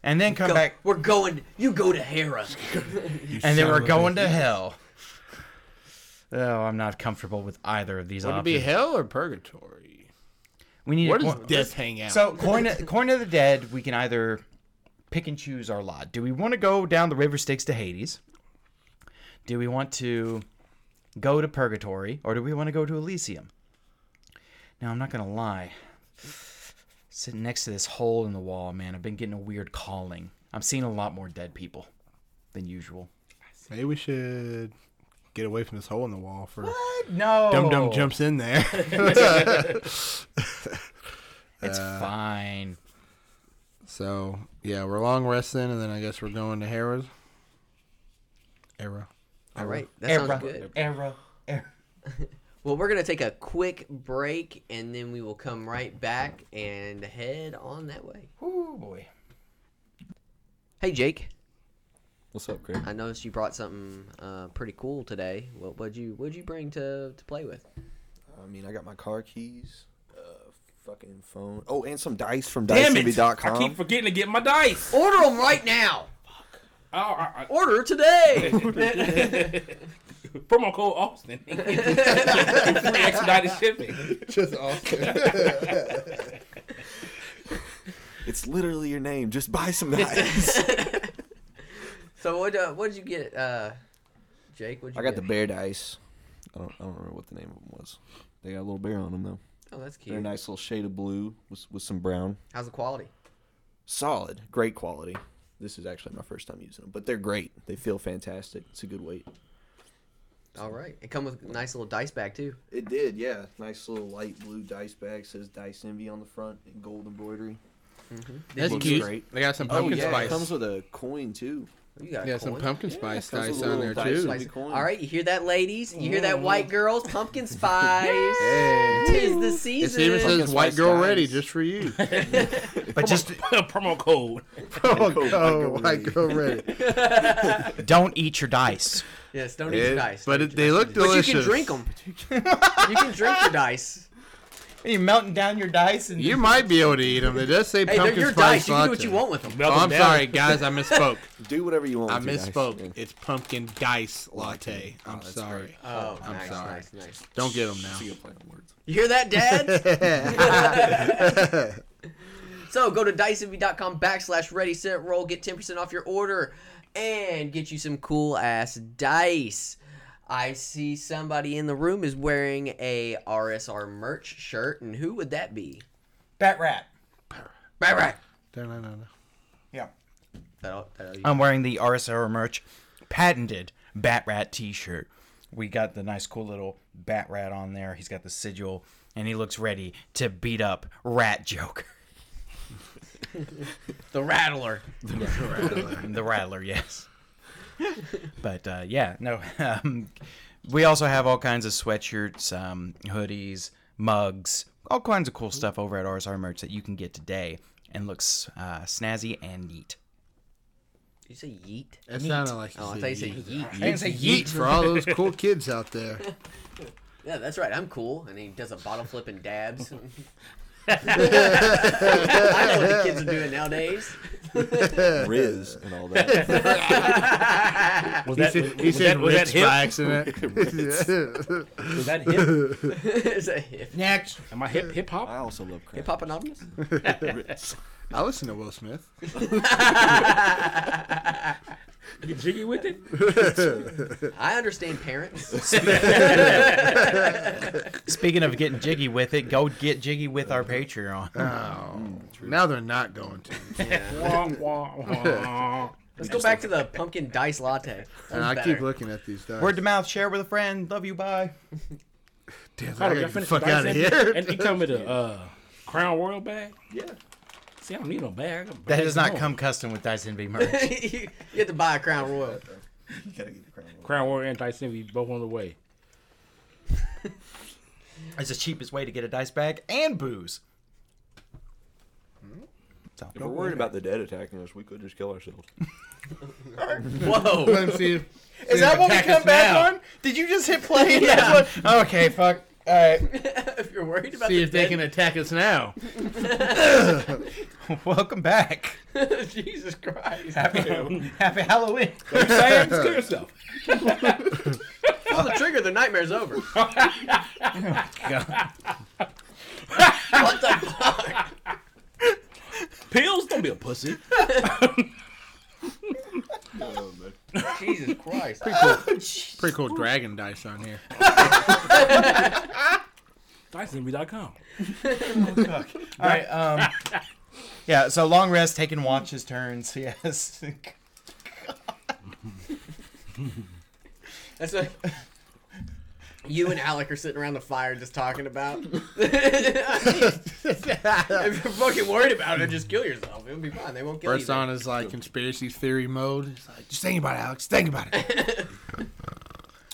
Speaker 5: and then come
Speaker 3: Go,
Speaker 5: back,
Speaker 3: We're going. You go to Hera.
Speaker 5: and then
Speaker 2: son
Speaker 5: we're
Speaker 2: of a
Speaker 5: going to hell. Oh, I'm not comfortable with either of these
Speaker 2: Would it
Speaker 5: options.
Speaker 2: be hell or purgatory?
Speaker 5: We need
Speaker 2: Where
Speaker 5: a
Speaker 2: does
Speaker 5: coin-
Speaker 2: death hang out?
Speaker 5: So, coin, coin of the dead, we can either pick and choose our lot. Do we want to go down the river Styx to Hades? Do we want to go to Purgatory, or do we want to go to Elysium? Now, I'm not gonna lie. Sitting next to this hole in the wall, man, I've been getting a weird calling. I'm seeing a lot more dead people than usual.
Speaker 2: Maybe we should get away from this hole in the wall for
Speaker 5: No,
Speaker 2: Dum Dum jumps in there.
Speaker 5: It's fine.
Speaker 2: so yeah, we're long resting, and then I guess we're going to Hera's. Hera.
Speaker 3: All right. That
Speaker 5: Era,
Speaker 3: sounds good.
Speaker 5: era, era.
Speaker 3: Well, we're gonna take a quick break, and then we will come right back and head on that way.
Speaker 5: Ooh boy.
Speaker 3: Hey, Jake.
Speaker 4: What's up, Craig?
Speaker 3: I noticed you brought something uh, pretty cool today. What would you would you bring to to play with?
Speaker 4: I mean, I got my car keys, uh, fucking phone. Oh, and some dice from
Speaker 6: Damn it! I
Speaker 4: dicecity.com.
Speaker 6: keep forgetting to get my dice.
Speaker 3: Order them right now.
Speaker 6: Oh, I, I,
Speaker 3: Order today.
Speaker 6: promo code Austin. Free expedited shipping.
Speaker 2: Just awesome.
Speaker 4: It's literally your name. Just buy some dice.
Speaker 3: so what uh, what did you get, uh, Jake? What
Speaker 4: I
Speaker 3: you
Speaker 4: got the
Speaker 3: get?
Speaker 4: bear dice. I don't, I don't remember what the name of them was. They got a little bear on them though.
Speaker 3: Oh, that's
Speaker 4: They're a
Speaker 3: cute.
Speaker 4: nice little shade of blue with, with some brown.
Speaker 3: How's the quality?
Speaker 4: Solid, great quality. This is actually my first time using them, but they're great. They feel fantastic. It's a good weight.
Speaker 3: All right. It come with a nice little dice bag too.
Speaker 4: It did, yeah. Nice little light blue dice bag. Says Dice Envy on the front in gold embroidery.
Speaker 2: That's
Speaker 4: Looks
Speaker 2: cute.
Speaker 4: great.
Speaker 2: They got some pumpkin
Speaker 4: oh yeah,
Speaker 2: spice.
Speaker 4: it comes with a coin too.
Speaker 3: You got a
Speaker 2: Yeah, some
Speaker 3: coin.
Speaker 2: pumpkin spice
Speaker 4: comes
Speaker 2: dice
Speaker 4: with a
Speaker 2: on there
Speaker 4: little dice
Speaker 2: too.
Speaker 4: like-
Speaker 3: Spice.
Speaker 4: coin.
Speaker 3: All right, you hear that, ladies? You hear that,
Speaker 2: Mm.
Speaker 3: white girls? Pumpkin spice.
Speaker 2: Hey.
Speaker 3: Tis the
Speaker 2: It
Speaker 3: season.
Speaker 2: even says
Speaker 4: Pumpkin
Speaker 2: "White
Speaker 4: spice
Speaker 2: girl
Speaker 4: dice.
Speaker 2: ready" just for you.
Speaker 5: But just
Speaker 6: promo code.
Speaker 2: oh,
Speaker 4: girl
Speaker 2: white girl ready.
Speaker 5: don't eat your dice.
Speaker 3: yes, don't eat
Speaker 2: It-
Speaker 3: your dice.
Speaker 2: but it, they look
Speaker 3: But you
Speaker 2: delicious.
Speaker 3: can drink them. you can drink your dice.
Speaker 5: Are you melting down your dice and
Speaker 2: You might be able to eat them. It does say
Speaker 3: Hey, they're
Speaker 2: pumpkin
Speaker 3: your
Speaker 2: spice
Speaker 3: dice. You can do what you
Speaker 2: latte.
Speaker 3: want with them.
Speaker 2: Oh, I'm sorry, guys. I misspoke.
Speaker 4: Do whatever you want.
Speaker 2: I
Speaker 4: with your dice,
Speaker 2: misspoke.
Speaker 4: man.
Speaker 2: It's pumpkin dice latte. I'm sorry.
Speaker 6: Uh,
Speaker 3: Oh,
Speaker 2: I'm
Speaker 3: nice,
Speaker 2: sorry.
Speaker 3: nice, nice.
Speaker 2: Don't get them now.
Speaker 4: It's a good play on words.
Speaker 3: You hear that, Dad? so go to diceenvy.com backslash ready set roll, get 10% off your order, and get you some cool ass dice. I see somebody in the room is wearing a RSR merch shirt, and who would that be?
Speaker 5: bat rat?
Speaker 3: Right, right.
Speaker 2: No, no, no, no.
Speaker 5: Yeah.
Speaker 3: That'll, that'll,
Speaker 5: I'm wearing the RSR merch patented Bat Rat t-shirt. We got the nice cool little Bat Rat on there. He's got the sigil and he looks ready to beat up Rat Joker.
Speaker 3: the Rattler.
Speaker 5: the Rattler, yes. but uh, yeah, no. Um, we also have all kinds of sweatshirts, um, hoodies, mugs, all kinds of cool stuff over at RSR merch that you can get today and looks uh, snazzy and neat.
Speaker 3: Did you say yeet?
Speaker 2: It sounded like you
Speaker 3: Oh,
Speaker 2: said
Speaker 3: I thought you said
Speaker 2: yeet.
Speaker 3: yeet.
Speaker 5: I didn't say
Speaker 2: Yeet for all those cool kids out there.
Speaker 3: Yeah, that's right. I'm cool. And he does a bottle flip and dabs. I know what the kids are doing nowadays.
Speaker 4: Riz and all that.
Speaker 6: Was
Speaker 2: He
Speaker 6: that,
Speaker 2: said,
Speaker 6: was,
Speaker 2: he said
Speaker 6: that, was that
Speaker 2: Ritz by
Speaker 6: hip?
Speaker 2: accident.
Speaker 6: Was that hip?
Speaker 3: Is that hip
Speaker 5: Next.
Speaker 6: Am I hip hip hop?
Speaker 4: I also love crap.
Speaker 3: hop anonymous?
Speaker 2: I listen to Will Smith.
Speaker 6: Get jiggy with it.
Speaker 3: I understand parents.
Speaker 5: Speaking of getting jiggy with it, go get jiggy with our Patreon.
Speaker 2: Now they're not going to.
Speaker 6: Wah, wah, wah.
Speaker 3: Let's go back to the pumpkin dice latte.
Speaker 2: And I
Speaker 3: That's
Speaker 2: keep
Speaker 3: better.
Speaker 2: looking at these dice.
Speaker 5: Word to mouth, share with a friend. Love you, bye.
Speaker 2: Damn, I
Speaker 6: Hold on,
Speaker 2: gotta
Speaker 6: y'all
Speaker 2: get the
Speaker 6: finished
Speaker 2: fuck
Speaker 6: dice
Speaker 2: out of
Speaker 6: empty?
Speaker 2: here.
Speaker 6: And you come with a uh, Crown Royal bag?
Speaker 4: Yeah.
Speaker 6: See, I don't need no bag. I got
Speaker 5: That
Speaker 6: bags
Speaker 5: does not
Speaker 6: at
Speaker 5: come
Speaker 6: home.
Speaker 5: custom with Dice Envy merch.
Speaker 3: you have to buy a Crown Royal.
Speaker 4: You gotta get the crown.
Speaker 6: Crown Royal and Tyson, we both on the way.
Speaker 5: It's the cheapest way to get a dice bag and booze. So,
Speaker 4: If we're worried about the dead attacking us, we could just kill ourselves.
Speaker 3: Whoa.
Speaker 2: Let me see if-
Speaker 5: Is that what we
Speaker 2: attack
Speaker 5: come
Speaker 2: us
Speaker 5: back
Speaker 2: now.
Speaker 5: on? Did you just hit play? That's what- okay, fuck. All right.
Speaker 3: if you're worried about
Speaker 2: see
Speaker 3: the
Speaker 2: if they can
Speaker 3: dead-
Speaker 2: attack us now.
Speaker 5: Welcome back.
Speaker 3: Jesus Christ.
Speaker 5: Happy, happy Halloween.
Speaker 6: Sam, just kill yourself.
Speaker 3: Pull the trigger, the nightmare's over. what the fuck?
Speaker 6: Pills? Don't be a pussy.
Speaker 3: Jesus Christ.
Speaker 2: Pretty cool dragon dice on here.
Speaker 6: TysonV.com.
Speaker 5: All right. Um, yeah. So long rest, taking watches turns. Yes.
Speaker 3: That's what you and Alec are sitting around the fire just talking about. if you're fucking worried about it, just kill yourself. It'll be fine. They won't kill
Speaker 2: First
Speaker 3: you.
Speaker 2: on is like conspiracy theory mode. It's like, just think about it, Alex. Think about it.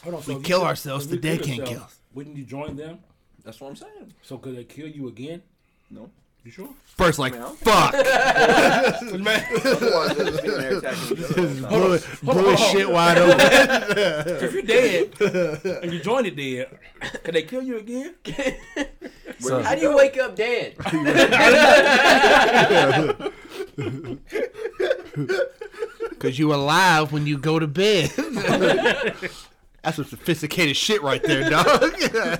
Speaker 6: Hold on, so if you
Speaker 2: kill
Speaker 6: kill-
Speaker 2: ourselves,
Speaker 6: if
Speaker 2: the
Speaker 6: you kill
Speaker 2: dead can't
Speaker 6: yourself,
Speaker 2: kill us.
Speaker 6: Wouldn't you join them?
Speaker 4: That's what I'm saying.
Speaker 6: So could they kill you again?
Speaker 4: No.
Speaker 6: You sure?
Speaker 2: First, like,
Speaker 4: Well.
Speaker 2: fuck.
Speaker 4: Otherwise, they're just sitting there attacking each other all the time.
Speaker 2: Blew it- blew his shit wide open.
Speaker 6: If you're dead and Oh, you join it dead, can they kill you again?
Speaker 4: Where
Speaker 3: How do you wake up dead?
Speaker 2: Because you alive when you go to bed. That's some sophisticated shit right there, dog.
Speaker 6: I don't, know-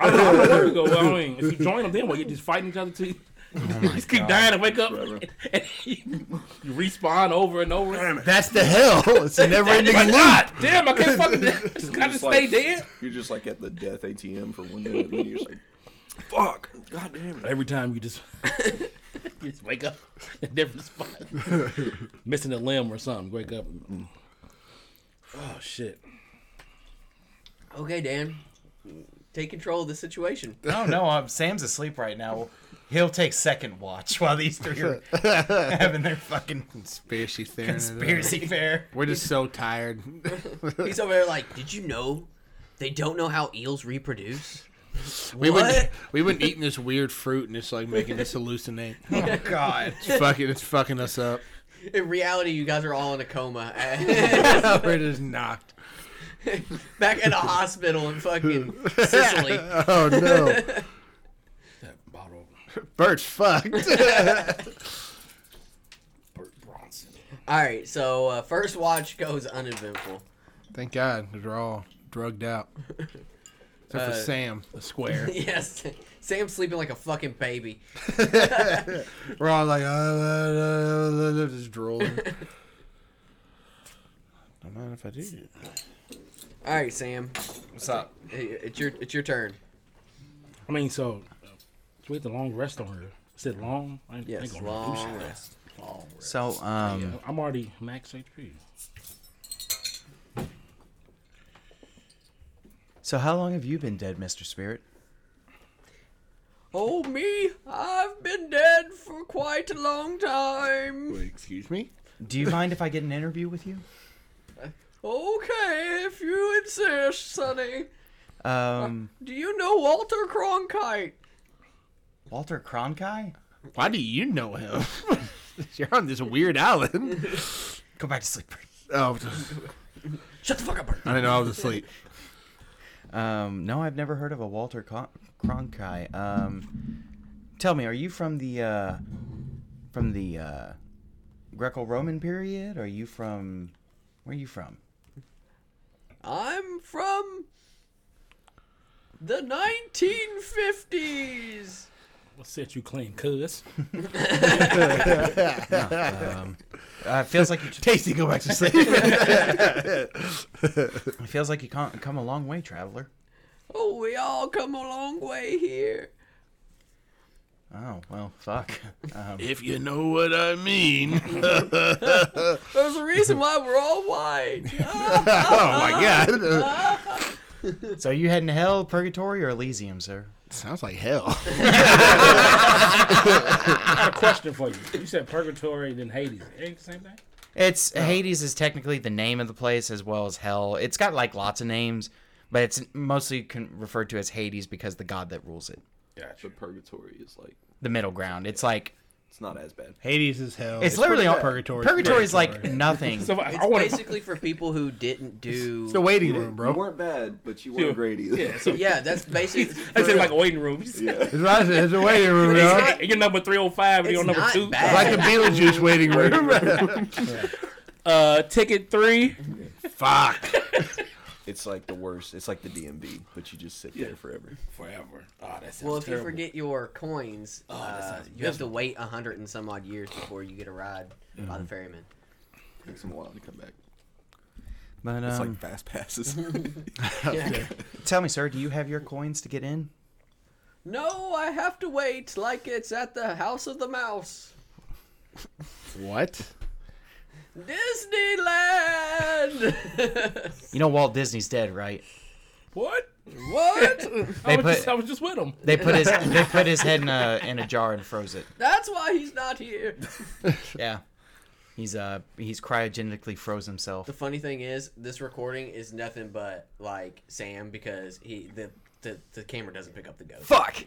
Speaker 6: I don't know where we go. Well, I mean, if you join them, then what? You just fighting each other till you,
Speaker 2: Oh
Speaker 6: you just keep dying and wake up and, you, you respawn over and over. Damn
Speaker 2: That's the hell. It's a never ending loop.
Speaker 6: Damn, I can't fucking. Just gotta
Speaker 4: just
Speaker 6: stay
Speaker 4: like-
Speaker 6: dead.
Speaker 4: You're just like at the death ATM for one minute, and you're just like, fuck, god damn it.
Speaker 6: Every time you just you just wake up in a different spot, missing a limb or something. Wake up. Mm. Oh shit!
Speaker 3: okay, Dan. Take control of the situation.
Speaker 5: Oh no, um, Sam's asleep right now. He'll take second watch while these three are having their fucking
Speaker 2: Conspiracy theory.
Speaker 5: conspiracy fair.
Speaker 2: We're just so tired.
Speaker 3: He's over there like, did you know they don't know how eels reproduce?
Speaker 2: we
Speaker 3: What?
Speaker 2: went we went eating this weird fruit and it's like making us hallucinate.
Speaker 5: Oh God.
Speaker 2: It's fucking it's fucking us up.
Speaker 3: In reality, you guys are all in a coma.
Speaker 2: We're just knocked.
Speaker 3: Back in a hospital in fucking Sicily.
Speaker 2: Oh no.
Speaker 6: That bottle of
Speaker 2: Bert's fucked.
Speaker 6: Bert Bronson.
Speaker 3: All right, so uh, first watch goes uneventful.
Speaker 2: Thank God, because we're all drugged out. Except for Sam, the square.
Speaker 3: Yes, Sam's sleeping like a fucking baby.
Speaker 2: We're all like, uh, uh, uh, uh, just drooling. Don't mind if I do.
Speaker 3: All right, Sam,
Speaker 5: What's up?
Speaker 3: i- it's your it's your turn.
Speaker 6: I mean, so uh, we had the long rest on her. Is it long? I ain't, I
Speaker 3: Yes,
Speaker 6: ain't gonna do
Speaker 3: long
Speaker 6: shit.
Speaker 3: rest.
Speaker 6: Long rest.
Speaker 5: So um
Speaker 6: Yeah, I'm already max HP.
Speaker 5: so how long have you been dead, Mr. Spirit?
Speaker 3: Oh me, I've been dead for quite a long time.
Speaker 2: Wait, excuse me?
Speaker 5: Do you mind if I get an interview with you?
Speaker 3: Okay, if you insist, Sonny.
Speaker 5: Um
Speaker 3: Do you know Walter Cronkite?
Speaker 5: Walter Cronkite?
Speaker 2: Why do you know him? You're on this weird island.
Speaker 5: Go back to sleep.
Speaker 2: Oh,
Speaker 3: Shut the fuck up. Bert.
Speaker 2: I didn't know I was asleep.
Speaker 5: Um no, I've never heard of a Walter Con- Cronkite. Um tell me, are you from the uh from the uh Greco-Roman period? Are you from where are you from?
Speaker 3: I'm from the 1950s.
Speaker 6: What set you clean, cuz?
Speaker 5: Uh, it feels like you
Speaker 2: Tasty, go back to sleep.
Speaker 5: it feels like you can come a long way, traveler.
Speaker 3: Oh, we all come a long way here.
Speaker 5: Oh well, fuck. Um,
Speaker 2: if you know what I mean.
Speaker 3: There's a reason why we're all white.
Speaker 2: oh my God.
Speaker 5: so are you heading to hell, purgatory, or Elysium, sir?
Speaker 2: Sounds like hell.
Speaker 6: I have a question for you. You said purgatory, then Hades. Ain't the same thing?
Speaker 5: It's Hades is technically the name of the place as well as hell. It's got like lots of names, but it's mostly con- referred to as Hades because the god that rules it.
Speaker 6: Gotcha.
Speaker 4: But purgatory is like
Speaker 5: The middle ground. It's like
Speaker 4: it's not as bad.
Speaker 2: Hades is hell.
Speaker 5: it's, literally all,
Speaker 2: purgatory.
Speaker 5: purgatory. is like nothing.
Speaker 6: So I,
Speaker 3: It's
Speaker 6: I want to.
Speaker 3: basically for people who didn't do.
Speaker 2: It's the waiting
Speaker 4: You
Speaker 2: room, bro.
Speaker 4: weren't bad, but you weren't great either.
Speaker 6: Yeah, so
Speaker 3: yeah, that's basically.
Speaker 6: I said like a waiting room. It's
Speaker 4: Yeah.
Speaker 2: It's, what I said, it's the waiting room, yo. It's
Speaker 6: not, you're number 305 and you're
Speaker 3: It's
Speaker 6: number
Speaker 3: not
Speaker 6: two.
Speaker 3: bad.
Speaker 2: like the Beetlejuice waiting room.
Speaker 6: Uh, ticket three.
Speaker 2: Fuck.
Speaker 4: It's like the worst. It's like the DMV, but you just sit there forever.
Speaker 6: Forever. Oh, that sounds
Speaker 3: well, if
Speaker 6: terrible. Oh,
Speaker 3: you forget your coins,
Speaker 6: that
Speaker 3: uh,
Speaker 6: sounds
Speaker 3: you have to wait a hundred and some odd years before you get a ride by the
Speaker 6: Mm-hmm.
Speaker 3: ferryman.
Speaker 4: takes them a while to come back.
Speaker 5: But
Speaker 4: It's
Speaker 5: um,
Speaker 4: like fast passes.
Speaker 5: tell me, sir, do you have your coins to get in?
Speaker 3: No, I have to wait like it's at the House of the Mouse.
Speaker 2: What?
Speaker 3: Disneyland!
Speaker 5: You know Walt Disney's dead, right?
Speaker 6: what?
Speaker 3: what?
Speaker 5: They
Speaker 6: I was,
Speaker 5: put-
Speaker 6: just, I was just with him.
Speaker 5: They put his they put his head in a in a jar and froze it.
Speaker 3: That's why he's not here.
Speaker 5: Yeah. He's uh he's cryogenically froze himself.
Speaker 3: The funny thing is, this recording is nothing but like Sam because he the the, the camera doesn't pick up the ghost.
Speaker 5: Fuck.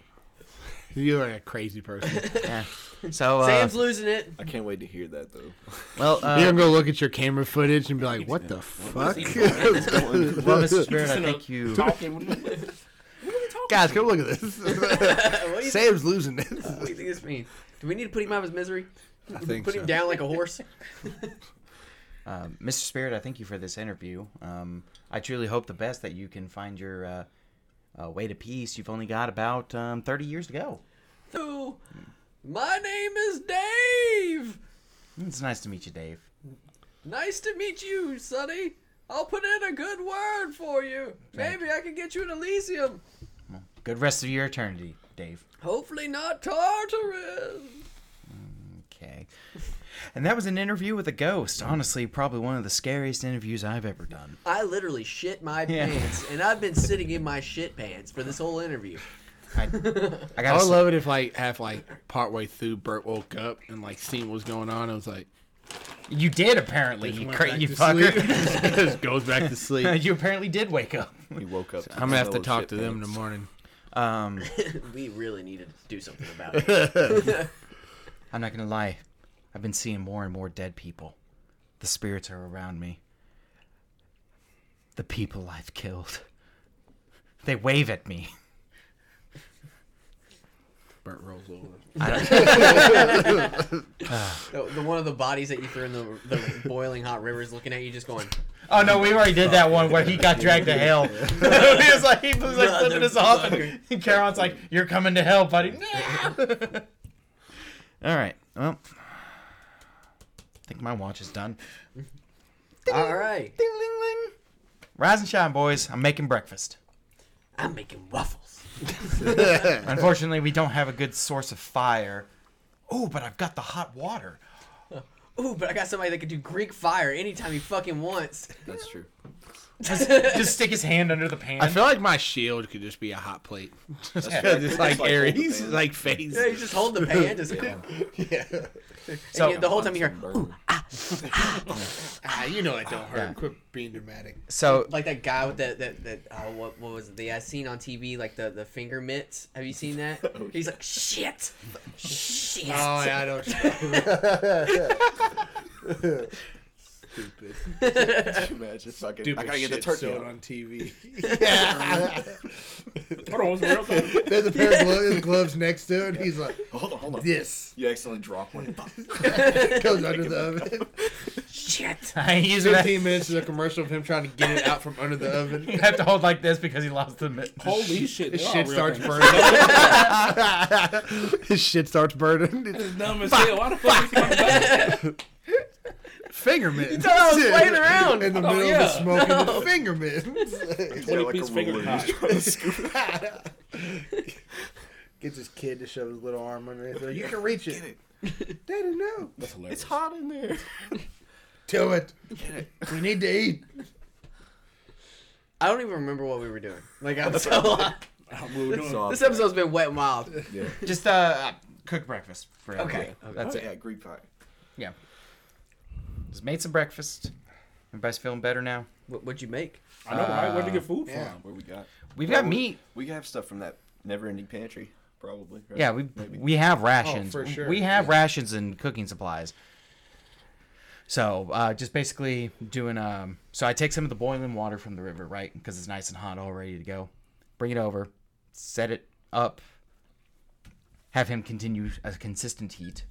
Speaker 2: You're like a crazy person.
Speaker 5: Yeah. So uh,
Speaker 3: Sam's losing it.
Speaker 4: I can't wait to hear that though.
Speaker 5: well,
Speaker 2: You're
Speaker 5: uh,
Speaker 2: gonna go look at your camera footage and be like, "What the fuck?"
Speaker 5: well, Mr. Spirit, I
Speaker 6: Sitting up
Speaker 5: think you.
Speaker 6: Talking. What are you
Speaker 2: Guys, come look at this.
Speaker 3: what, do you,
Speaker 2: Sam's losing this.
Speaker 3: what do you think this means? Do we need to put him out of his misery?
Speaker 2: I think
Speaker 3: Put him down like a horse?
Speaker 5: Um, Mr. Spirit, I thank you for this interview. Um, I truly hope the best that you can find your uh, uh, way to peace. You've only got about um, 30 years to go.
Speaker 3: So, my name is Dave.
Speaker 5: Mm, It's nice to meet you, Dave.
Speaker 3: Nice to meet you, Sonny. I'll put in a good word for you. Maybe I can get you an Elysium.
Speaker 5: Good rest of your eternity, Dave.
Speaker 3: Hopefully not Tartarus.
Speaker 5: Okay. And that was an interview with a ghost. Honestly, probably one of the scariest interviews I've ever done.
Speaker 3: I literally shit my
Speaker 5: Yeah.
Speaker 3: pants, and I've been sitting in my shit pants for this whole interview.
Speaker 5: I, I
Speaker 2: I
Speaker 5: gotta
Speaker 2: would
Speaker 5: say-
Speaker 2: love it if like half like partway through Bert woke up and like seen what was going on. I was like,
Speaker 5: you did apparently. You,
Speaker 2: went
Speaker 5: cra-
Speaker 2: back
Speaker 5: you
Speaker 2: to
Speaker 5: fucker.
Speaker 2: sleep. just goes back to sleep. I'm
Speaker 5: you apparently did wake up.
Speaker 4: We woke up.
Speaker 2: gonna have to talk to them in the morning.
Speaker 5: Um,
Speaker 3: we really need to do something about it.
Speaker 5: I'm not gonna lie. I've been seeing more and more dead people. The spirits are around me. The people I've killed. They wave at me.
Speaker 2: Bert rolls over.
Speaker 3: the, the one of the bodies that you threw in the, the boiling hot river is looking at you, just going,
Speaker 5: Oh no, we already did that one where he got dragged to hell. he was like, he was like flipping us off, and Charon's like, "You're coming to hell, buddy." All right. Well, I think my watch is done.
Speaker 3: "All right,
Speaker 5: Ding, ling, ling. Rise and shine, boys. I'm making breakfast.
Speaker 3: I'm making waffles."
Speaker 5: Unfortunately, we don't have a good source of fire. Oh, but I've got the hot water.
Speaker 3: Ooh, but I got somebody that can do Greek fire anytime he fucking wants.
Speaker 4: That's true.
Speaker 5: Just stick his hand under the pan.
Speaker 2: I feel like my shield could just be a hot plate. Just like
Speaker 4: like
Speaker 2: Aries,
Speaker 4: Hulk, man.
Speaker 2: like face.
Speaker 3: Yeah, you just hold the pan, just
Speaker 5: So-
Speaker 3: so, the whole time you hear
Speaker 4: Burn.
Speaker 2: Ah, you know it don't hurt.
Speaker 5: Yeah.
Speaker 2: Quit being dramatic.
Speaker 5: so
Speaker 3: like that guy with that that that oh, what what was it? The I seen on TV like the the finger mitts. Have you seen that? He's like shit, shit.
Speaker 2: Oh yeah, I don't. Stupid.
Speaker 4: Imagine fucking.
Speaker 2: Stupid
Speaker 4: I gotta get the
Speaker 2: shit
Speaker 4: turkey.
Speaker 2: sold
Speaker 4: out.
Speaker 2: on TV.
Speaker 6: Hold on, what's the real thing?
Speaker 2: There's a pair of gloves, gloves next to it. And he's like,
Speaker 4: Hold on, hold on.
Speaker 2: "This
Speaker 4: You accidentally drop one. Fuck.
Speaker 2: goes under the oven."
Speaker 3: shit.
Speaker 5: I ain't using that.
Speaker 2: Fifteen minutes is a commercial of him trying to get it out from under the oven.
Speaker 5: You have to hold like this because he lost the. mi-
Speaker 6: Holy shit!
Speaker 2: His
Speaker 6: they are
Speaker 2: shit
Speaker 6: real
Speaker 2: starts
Speaker 6: things.
Speaker 2: burning. His shit starts burning.
Speaker 6: It's Dumb as hell. Why the fuck? is my bag-
Speaker 2: Finger mints. You
Speaker 3: I was playing around.
Speaker 2: in the
Speaker 6: Oh,
Speaker 2: middle
Speaker 6: yeah.
Speaker 2: of the smoke. and the finger mints.
Speaker 4: Yeah,
Speaker 6: Twenty
Speaker 4: like a
Speaker 6: piece finger
Speaker 4: ruler.
Speaker 6: pie.
Speaker 4: He's trying to scoop
Speaker 2: Gets his kid to shove his little arm under it. You can reach it.
Speaker 4: it.
Speaker 2: Daddy, no.
Speaker 6: That's hilarious.
Speaker 4: hot in there.
Speaker 2: Do it. We need to eat.
Speaker 3: I don't even remember what we were doing. Like I'm so
Speaker 6: We were doing-
Speaker 3: this episode's been wet and wild.
Speaker 5: Just uh, cook breakfast for everybody.
Speaker 3: Okay,
Speaker 5: That's it.
Speaker 4: Yeah, Greek pie.
Speaker 5: Oh, Yeah. Just made some breakfast. Everybody's feeling better now.
Speaker 3: What, what'd you make?
Speaker 6: I know, right? Where'd you get food
Speaker 2: yeah.
Speaker 6: from?
Speaker 4: What we got?
Speaker 5: We've
Speaker 4: Well,
Speaker 5: got
Speaker 4: we-
Speaker 5: meat.
Speaker 4: We have stuff from that never-ending pantry, probably. right?
Speaker 5: Yeah, we we have rations.
Speaker 2: Oh, for sure,
Speaker 5: We have rations and cooking supplies. So uh, just basically doing um. So I take some of the boiling water from the river, right? Because it's nice and hot, all ready to go. Bring it over, set it up. Have him continue a consistent heat,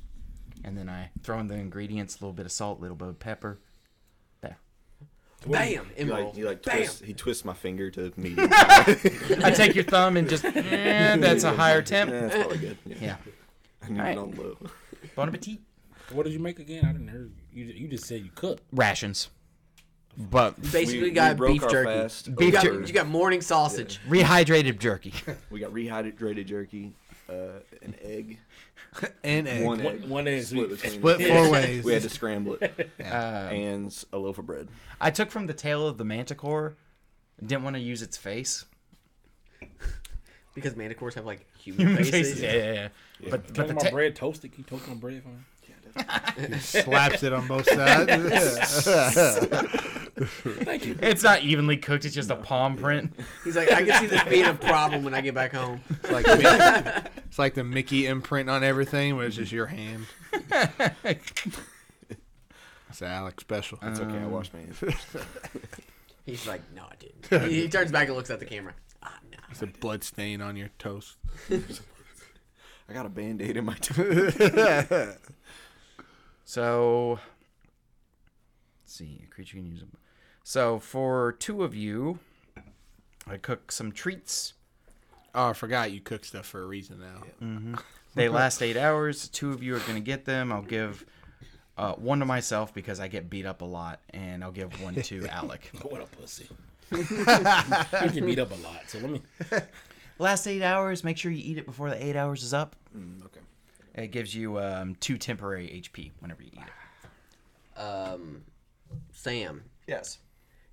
Speaker 5: and then I throw in the ingredients: a little bit of salt, a little bit of pepper. There.
Speaker 3: Bam,
Speaker 4: He
Speaker 3: emerald.
Speaker 4: like, he like
Speaker 3: Bam.
Speaker 4: twists. He twists my finger to me.
Speaker 5: I take your thumb and just. And that's a higher temp.
Speaker 4: That's probably good. Yeah.
Speaker 5: Yeah.
Speaker 4: I knew
Speaker 5: Alright.
Speaker 4: it on low.
Speaker 5: Bon appetit.
Speaker 6: What did you make again? I didn't hear you. You just said you cooked.
Speaker 5: Rations. But
Speaker 3: Basically got
Speaker 4: broke
Speaker 3: beef
Speaker 4: our
Speaker 3: jerky.
Speaker 4: fast
Speaker 5: Beef
Speaker 3: You got,
Speaker 5: jer-
Speaker 4: over-
Speaker 3: you got morning sausage.
Speaker 5: rehydrated jerky.
Speaker 4: We got rehydrated jerky, uh, an egg,
Speaker 2: And egg.
Speaker 4: one egg,
Speaker 6: One egg.
Speaker 4: split between.
Speaker 2: Split four ways.
Speaker 4: We had to scramble it,
Speaker 6: Um,
Speaker 4: and s- a loaf of bread.
Speaker 5: I took from the tail of the manticore. Didn't want to use its face.
Speaker 3: Because manticores have like human faces.
Speaker 5: Yeah, yeah, yeah. But, but
Speaker 6: But
Speaker 5: the
Speaker 6: my
Speaker 5: ta-
Speaker 6: bread toasted. Keep toasting my bread for me.
Speaker 2: slaps it on both sides.
Speaker 6: Thank you.
Speaker 5: it's not evenly cooked. It's just a palm print.
Speaker 3: He's like, I can see this being a problem when I get back home.
Speaker 2: it's, like Mickey, it's like the Mickey imprint on everything, but it's just your hand. It's an Alex special. Um,
Speaker 4: It's okay. I washed my hands.
Speaker 3: He's like, no, I didn't. He, he turns back and looks at the camera. Ah, no.
Speaker 2: It's a blood stain on your toast.
Speaker 4: I got a band aid in my tooth.
Speaker 5: So, let's see. A creature can use them. So for two of you, I cook some treats.
Speaker 2: Oh, I forgot you cook stuff for a reason now.
Speaker 5: They last eight hours. Two of you are gonna get them. I'll give uh, one to myself because I get beat up a lot, and I'll give one to Alec.
Speaker 6: What a pussy. I get beat up a lot. So let me.
Speaker 5: Last eight hours. Make sure you eat it before the eight hours is up.
Speaker 3: Mm,
Speaker 4: okay.
Speaker 5: It gives you um, two temporary HP whenever you eat it.
Speaker 3: Um, Sam,
Speaker 5: Yes.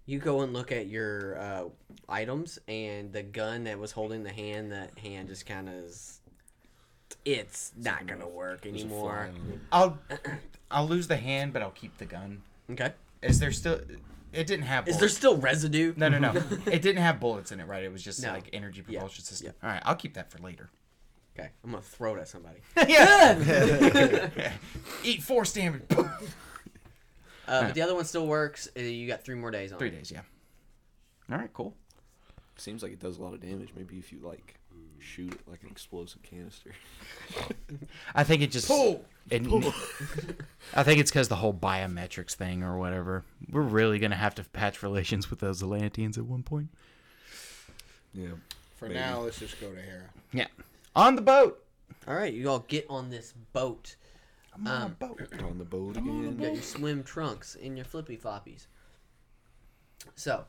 Speaker 3: You go and look at your uh, items, and the gun that was holding the hand, that hand just kind of is. It's not gonna work anymore.
Speaker 5: I'll I'll lose the hand, but I'll keep the gun.
Speaker 3: Okay.
Speaker 5: Is there still? It didn't have.
Speaker 3: Is
Speaker 5: Bullets.
Speaker 3: there still residue?
Speaker 5: No, no, no. it didn't have bullets in it, right? It was just
Speaker 3: No.
Speaker 5: like energy propulsion system.
Speaker 3: yeah.
Speaker 5: All right, I'll keep that for later.
Speaker 3: Okay, I'm gonna throw it at somebody.
Speaker 5: yeah. Eat force damage.
Speaker 3: Uh, but the other one still works. Uh, you got three more days on.
Speaker 5: Three
Speaker 3: it.
Speaker 5: days, yeah. All right, cool.
Speaker 4: Seems like it does a lot of damage. Maybe if you like shoot it like an explosive canister.
Speaker 5: I think it just. it- I think it's because the whole biometrics thing or whatever. We're really gonna have to patch relations with those Atlanteans at one point.
Speaker 4: Yeah.
Speaker 2: For now, let's just go to Hera.
Speaker 5: Yeah. On the boat.
Speaker 3: All right, you all get on this boat.
Speaker 5: I'm on a boat.
Speaker 4: On the boat
Speaker 3: You got
Speaker 4: again.
Speaker 3: your swim trunks and your flippy floppies. So,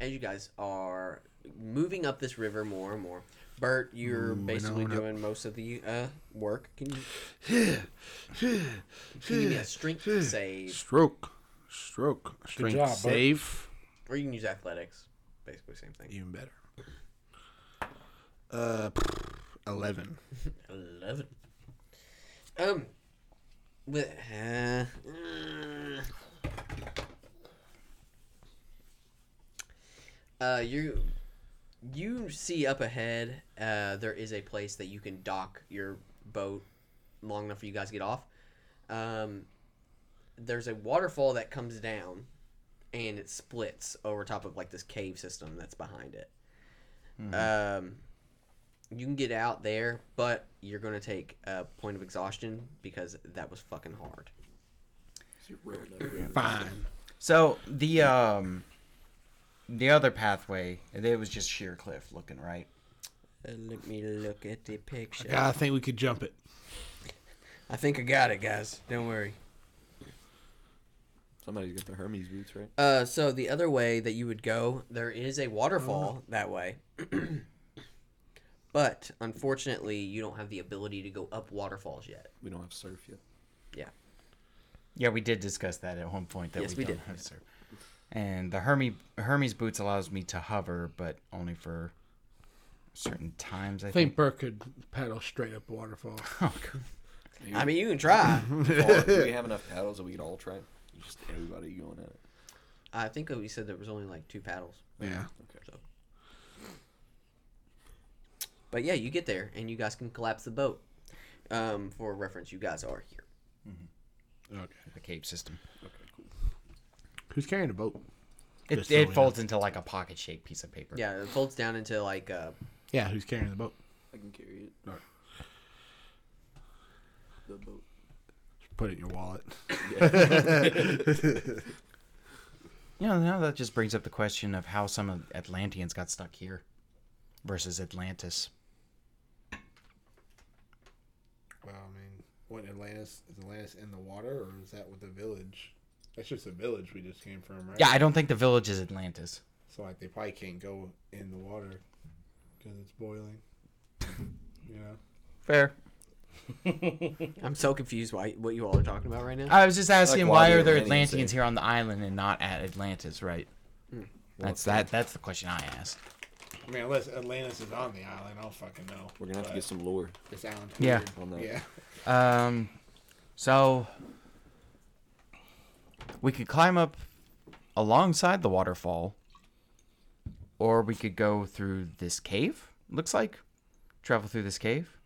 Speaker 3: as you guys are moving up this river more and more, Bert, you're basically doing most of the uh, work. Can you, can you give me a strength save,
Speaker 2: Stroke. Stroke. Strength
Speaker 6: job, bud.
Speaker 2: save.
Speaker 3: or you can use athletics? Basically, same thing.
Speaker 2: Even better. Uh, pff, 11.
Speaker 3: Eleven. Um. With, uh, mm. uh, you you see up ahead. Uh, there is a place that you can dock your boat long enough for you guys to get off. Um, there's a waterfall that comes down, and it splits over top of like this cave system that's behind it. Um you can get out there, but you're gonna take a point of exhaustion because that was fucking hard.
Speaker 2: Fine.
Speaker 5: So the um, the other pathway, it was just sheer cliff looking right.
Speaker 3: Uh, let me look at the picture.
Speaker 2: God, I think we could jump it.
Speaker 3: I think I got it, guys. Don't worry.
Speaker 4: Somebody's got the Hermes boots, right?
Speaker 3: Uh, so the other way that you would go, there is a
Speaker 2: Oh.
Speaker 3: waterfall that way, but unfortunately, you don't have the ability to go up waterfalls yet.
Speaker 4: We don't have surf yet.
Speaker 3: Yeah.
Speaker 5: Yeah, we did discuss that at one point. That
Speaker 3: Yes,
Speaker 5: we,
Speaker 3: we
Speaker 5: don't
Speaker 3: did.
Speaker 5: have to serve. And the Hermes Hermes boots allows me to hover, but only for certain times. I
Speaker 2: I think
Speaker 5: think.
Speaker 2: Burke could paddle straight up a waterfall.
Speaker 3: I mean, you can try.
Speaker 4: Well, do we have enough paddles that we can all try? it? Just everybody going at it.
Speaker 3: I think that we said there was only like two paddles.
Speaker 2: Yeah.
Speaker 3: So. But yeah, you get there and you guys can collapse the boat. Um, for reference, you guys are here.
Speaker 2: Okay.
Speaker 5: the cave system.
Speaker 2: Who's carrying the boat? Just
Speaker 5: It,
Speaker 2: so
Speaker 5: it
Speaker 2: we
Speaker 5: folds into like a pocket shaped piece of paper.
Speaker 3: Yeah, it folds down into like uh,
Speaker 2: Yeah, who's carrying the boat?
Speaker 4: I can carry it.
Speaker 2: Alright.
Speaker 4: The boat.
Speaker 2: Put it in your wallet.
Speaker 5: You know, now that just brings up the question of how some of Atlanteans got stuck here versus Atlantis.
Speaker 2: Well, I mean, what Atlantis is Atlantis in the water, or is that with the village? That's just a village we just came from, right?
Speaker 5: Yeah, I don't think the village is Atlantis.
Speaker 2: So like, they probably can't go in the water because it's boiling. you know.
Speaker 5: Fair.
Speaker 3: I'm so confused why what you all are talking about right now.
Speaker 5: I was just asking
Speaker 4: why
Speaker 5: why,
Speaker 4: the
Speaker 5: are there
Speaker 4: Atlanteans
Speaker 5: Atlanteans
Speaker 4: say-
Speaker 5: here on the island and not at Atlantis, right? That's that. That's the question I asked.
Speaker 2: I mean, unless Atlantis is on the island, I don't fucking know.
Speaker 4: We're gonna have to
Speaker 2: But
Speaker 4: get some lore
Speaker 2: This island's
Speaker 5: Yeah.
Speaker 2: weird.
Speaker 4: on that.
Speaker 2: Yeah.
Speaker 5: Um, so we could climb up alongside the waterfall, or we could go through this cave. Looks like travel through this cave,